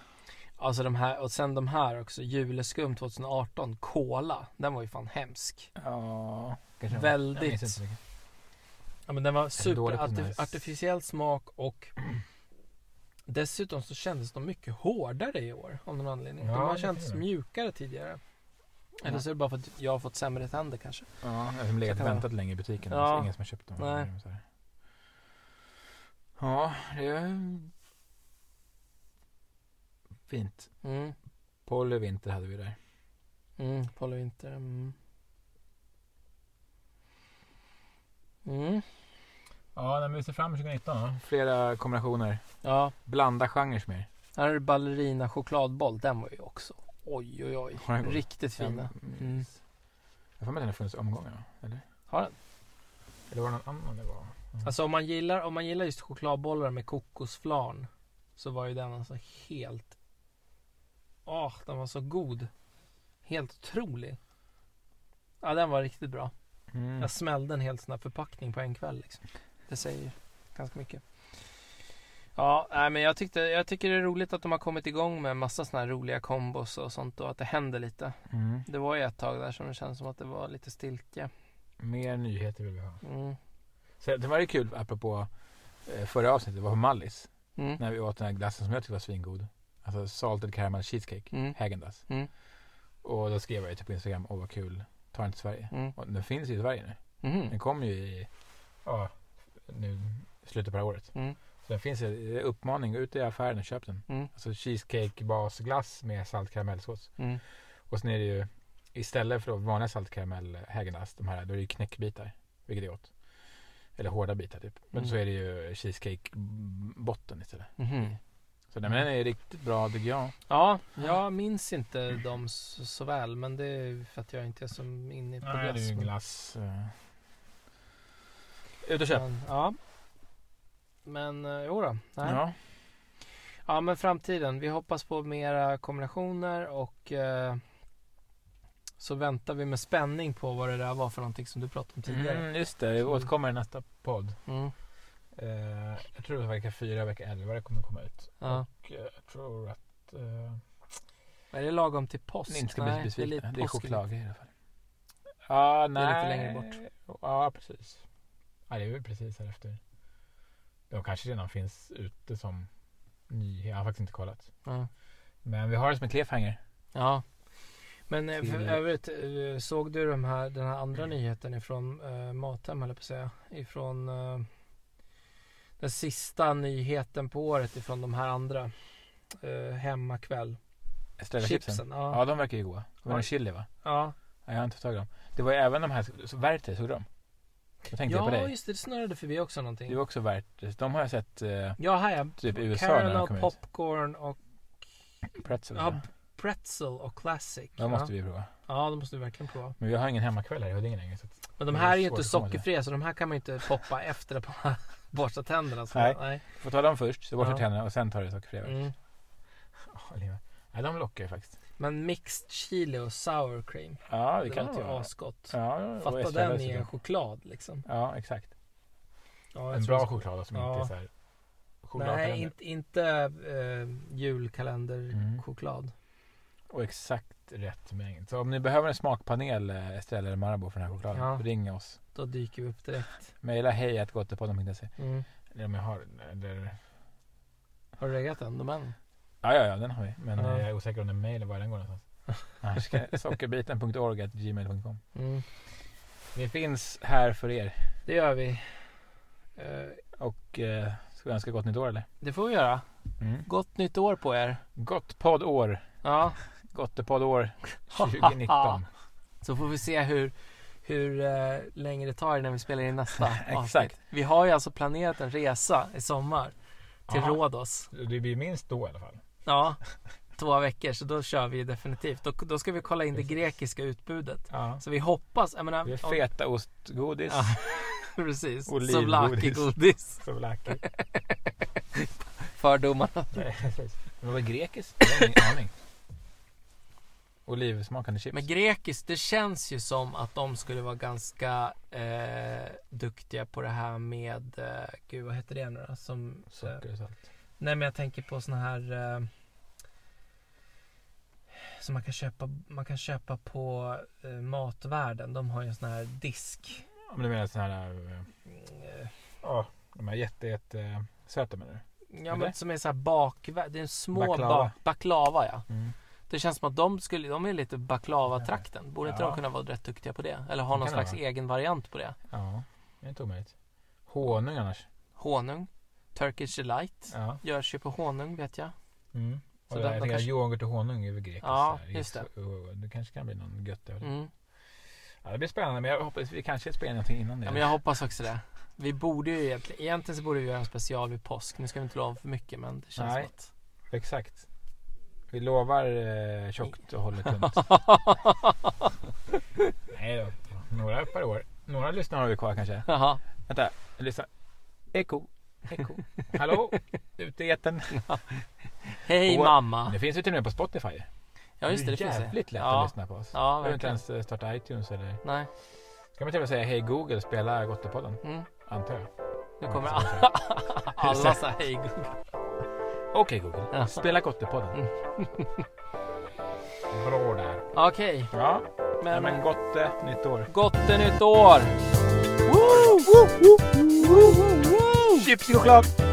S2: Alltså de här, och sen de här också, Juleskum 2018, Cola, den var ju fan hemsk.
S1: Ja, kanske den var-
S2: Väldigt-
S1: Jag minns inte så mycket.
S2: Ja men den var
S1: är dålig på den här.
S2: superartificiell smak och dessutom så kändes de mycket hårdare i år av någon anledning.
S1: Ja,
S2: de har
S1: det kan
S2: känts
S1: det.
S2: mjukare tidigare. Eller
S1: Ja.
S2: så är det bara för att jag har fått sämre tänder kanske.
S1: Ja, jag har legat
S2: kan
S1: och
S2: det
S1: väntat länge i butiken.
S2: Ja.
S1: Ja. Alltså, ingen som har köpt dem.
S2: Nej.
S1: Så här. Ja, det är fint.
S2: Mm.
S1: Polyvinter hade vi där.
S2: Mm, Polyvinter. Mm. Mm.
S1: Ja, när vi ser fram 2019 Flera kombinationer.
S2: Ja,
S1: Blanda genrer mer.
S2: här är det ballerina chokladboll. Den var ju också oj oj oj.
S1: Har den gått?
S2: Riktigt fina. Mm.
S1: Jag minns. Mm. Jag har för mig att den har funnits i omgångar, va? eller?
S2: Har den?
S1: Eller var det någon annan det var?
S2: Alltså om man gillar, om man gillar just chokladbollar med kokosflarn så var ju den alltså helt... Åh, den var så god. Helt otrolig. Ja, den var riktigt bra.
S1: Mm.
S2: Jag smällde en hel sån här förpackning på en kväll liksom. Det säger ju ganska mycket. Ja, nej, men jag, tyckte, jag tycker det är roligt att de har kommit igång med en massa såna här roliga kombos och sånt och att det händer lite.
S1: Mm.
S2: Det var ju ett tag där som det kändes som att det var lite stiltje.
S1: Mer nyheter vill vi ha.
S2: Mm.
S1: Så det var ju kul, apropå eh, förra avsnittet, det var på Mallis.
S2: Mm.
S1: När vi åt den här glassen som jag tyckte var svingod. Alltså salted caramel cheesecake,
S2: Mm.
S1: Häagen-Dazs.
S2: Mm.
S1: Och då skrev jag ju typ på Instagram, åh vad kul, ta den till Sverige.
S2: Mm.
S1: Och den finns ju i Sverige nu. Den
S2: Mhm.
S1: kom ju i, ja, nu i slutet på det här året.
S2: Mm.
S1: Så den finns ju, det är uppmaning, gå ut i affären och köp den.
S2: Mm.
S1: Alltså cheesecake-basglass med salt karamellsås.
S2: Mm.
S1: Och sen är det ju istället för då vanliga saltkaramell häagendass, de här, då är det ju knäckbitar. Vilket är gott. Eller hårda bitar typ. Men
S2: Mm.
S1: så är det ju cheesecake-botten istället.
S2: Mhm.
S1: Så den, men den är riktigt bra tycker jag.
S2: Ja, jag minns inte dem så, så väl. Men det är ju för att jag inte är så inne på glass. men-
S1: glass. Eh, Ut och köp.
S2: Men, ja. Men eh, jo då. Nej. Ja.
S1: Ja.
S2: men framtiden. Vi hoppas på mera kombinationer och eh, Så väntar vi med spänning på vad det där var för någonting som du pratade om tidigare.
S1: Mm, just det, vi
S2: Så-
S1: återkommer i nästa podd.
S2: Mm.
S1: Eh, jag tror det var vecka 4, vecka 11 det kommer komma ut.
S2: Ja.
S1: Och eh, jag tror att eh,
S2: Är det lagom till påsk?
S1: ni inte ska bli
S2: det är lite
S1: besvikna. Det är
S2: påsk-
S1: chokladgrejer i alla fall. Ja,
S2: Det är
S1: nej.
S2: lite längre bort.
S1: Ja, precis. Ja, det är väl precis här efter. De kanske redan finns ute som nyhet. Jag har faktiskt inte kollat.
S2: Ja.
S1: Men vi har det som en cliffhanger.
S2: ja. Men eh, för
S1: Till-
S2: övrigt, eh, såg du de här, den här andra nyheten ifrån eh, Mathem, höll jag på att säga. Ifrån eh, den sista nyheten på året ifrån de här andra. Eh, hemmakväll.
S1: Estrella chipsen.
S2: Chipsen. Ja.
S1: Ja, de verkar ju goda. Det var
S2: Ja.
S1: en chili va?
S2: ja.
S1: Nej, jag har inte tagit dem. Det var ju även de här, så Werther, såg du dem? Då tänkte jag på
S2: Ja,
S1: dig.
S2: just det. Det snurrade förbi också någonting.
S1: Det var också Werthers. De har jag sett eh,
S2: Ja, här ja.
S1: typ i USA när de
S2: Caramel,
S1: kom ut.
S2: popcorn och
S1: Pretzel.
S2: ja,
S1: Ja,
S2: pretzel och classic.
S1: de
S2: ja.
S1: måste vi prova.
S2: ja, de måste vi verkligen prova.
S1: Men vi har ingen hemmakväll här i Huddinge längre. Så att,
S2: Men de
S1: Det är
S2: här är ju
S1: svårt
S2: inte
S1: att komma till.
S2: sockerfria så de här kan man ju inte poppa efter att man har borstat tänderna. Så
S1: Nej.
S2: Nej.
S1: får ta dem först, så borstar
S2: Ja.
S1: tänderna och sen tar det sockerfria. Mm.
S2: Mm.
S1: Nej, de lockar ju faktiskt.
S2: Men mixed chili och sour cream.
S1: Ja,
S2: Det,
S1: det kan
S2: låter ju
S1: vara.
S2: asgott.
S1: Ja, och
S2: Fatta
S1: Estrella
S2: den i en
S1: dessutom.
S2: choklad liksom.
S1: Ja, exakt.
S2: Ja, jag
S1: En
S2: tror
S1: bra
S2: så.
S1: choklad som
S2: Ja.
S1: inte är så här
S2: Nej,
S1: chokladkalender.
S2: inte, inte eh, julkalenderchoklad.
S1: Och exakt rätt mängd. Så om ni behöver en smakpanel, eh, Estrella eller Marabou för den här chokladen,
S2: Ja.
S1: ring oss.
S2: Då dyker vi upp direkt.
S1: Mejla hej att gottepodden.se.
S2: Mm.
S1: Eller om jag har eller...
S2: Har du reggat den? De än?
S1: Ja, ja, ja, den har vi. Men
S2: Ja.
S1: eh, jag är osäker om det är mejl eller var den går någonstans. Annars kan- Sockerbiten.org.gmail.com
S2: Mm.
S1: Vi finns här för er.
S2: Det gör vi. Eh,
S1: Och eh, ska vi önska gott nytt år eller?
S2: det får vi göra.
S1: Mm.
S2: Gott nytt år på er.
S1: Gott poddår.
S2: Ja,
S1: Gottepoddår 2019.
S2: så får vi se hur, hur eh, länge det tar innan vi spelar in nästa
S1: Exakt.
S2: avsnitt. Vi har ju alltså planerat en resa i sommar till
S1: Ja.
S2: Rhodos.
S1: Det blir minst då i alla fall.
S2: Ja, två veckor, så då kör vi definitivt. Då, då ska vi kolla in det
S1: Precis.
S2: grekiska utbudet.
S1: Ja.
S2: Så vi hoppas, jag menar,
S1: Det är
S2: om-
S1: fetaostgodis.
S2: Ja. precis,
S1: Olivgodis.
S2: souvlaki-godis.
S1: Så läcker.
S2: Fördomarna.
S1: Nej, precis. Men vad är grekiskt? Jag har ingen aning. Olivsmakande chips.
S2: Men grekiskt, det känns ju som att de skulle vara ganska eh, duktiga på det här med, eh, gud vad heter det nu då? Som, eh,
S1: Socker och salt.
S2: nej men jag tänker på såna här eh, som man kan köpa, man kan köpa på eh, matvärlden. De har ju en sån här disk.
S1: Om du menar sådana här... eh,
S2: Eh,
S1: Ja, de här jätte, jätte söta menar du?
S2: ja
S1: Eller?
S2: men som är så här bakvärd, det är en små
S1: Baklava.
S2: baklava. baklava ja.
S1: Mm.
S2: Det känns som att de, skulle, de är lite baklava-trakten. Borde inte
S1: Ja.
S2: de kunna vara rätt duktiga på det? Eller
S1: Det
S2: ha
S1: kan
S2: någon
S1: de
S2: slags
S1: vara.
S2: egen variant på det?
S1: Ja, det är inte omöjligt. Honung annars.
S2: Honung, Turkish Delight.
S1: Ja.
S2: Görs ju på honung vet jag.
S1: Mm.
S2: Så
S1: Och
S2: den-
S1: där,
S2: de
S1: jag tänker
S2: kanske-
S1: yoghurt och honung är väl grekiskt.
S2: Ja,
S1: så här.
S2: just det.
S1: Så- och Det kanske kan bli någon gött över det.
S2: Mm.
S1: Ja, det blir spännande men jag hoppas vi kanske spelar någonting innan det.
S2: Ja, men jag hoppas också det. Vi borde ju egentligen, egentligen så borde vi göra en special vid påsk. Nu ska vi inte lova för mycket men det känns
S1: Nej.
S2: som att...
S1: Exakt. Vi lovar eh, tjockt och håller tunt. Nej då. Några per år. Några lyssnare har vi kvar kanske.
S2: Jaha.
S1: Vänta, lyssna. Eko. Eko. Hallå, ute i etern.
S2: Hej
S1: Och-
S2: mamma!
S1: Det finns ju till och med på Spotify.
S2: Ja just det, det finns det.
S1: jävligt lätt
S2: Ja.
S1: att lyssna på oss.
S2: Ja,
S1: Ja, behöver inte
S2: verkligen.
S1: ens eh, starta iTunes eller...
S2: Nej.
S1: Ska man till och med säga hej Google, spela Gottepodden.
S2: Mm.
S1: Antar jag.
S2: Nu
S1: Ja,
S2: kommer
S1: så-
S2: alla, alla säga hej Google.
S1: Okej Google,
S2: Ja.
S1: spela Gottepodden.
S2: Mm.
S1: Bra där.
S2: Okej,
S1: Ja, nej,
S2: men,
S1: men gott eh, nytt år.
S2: gott nytt år! Woo! Chips choklad!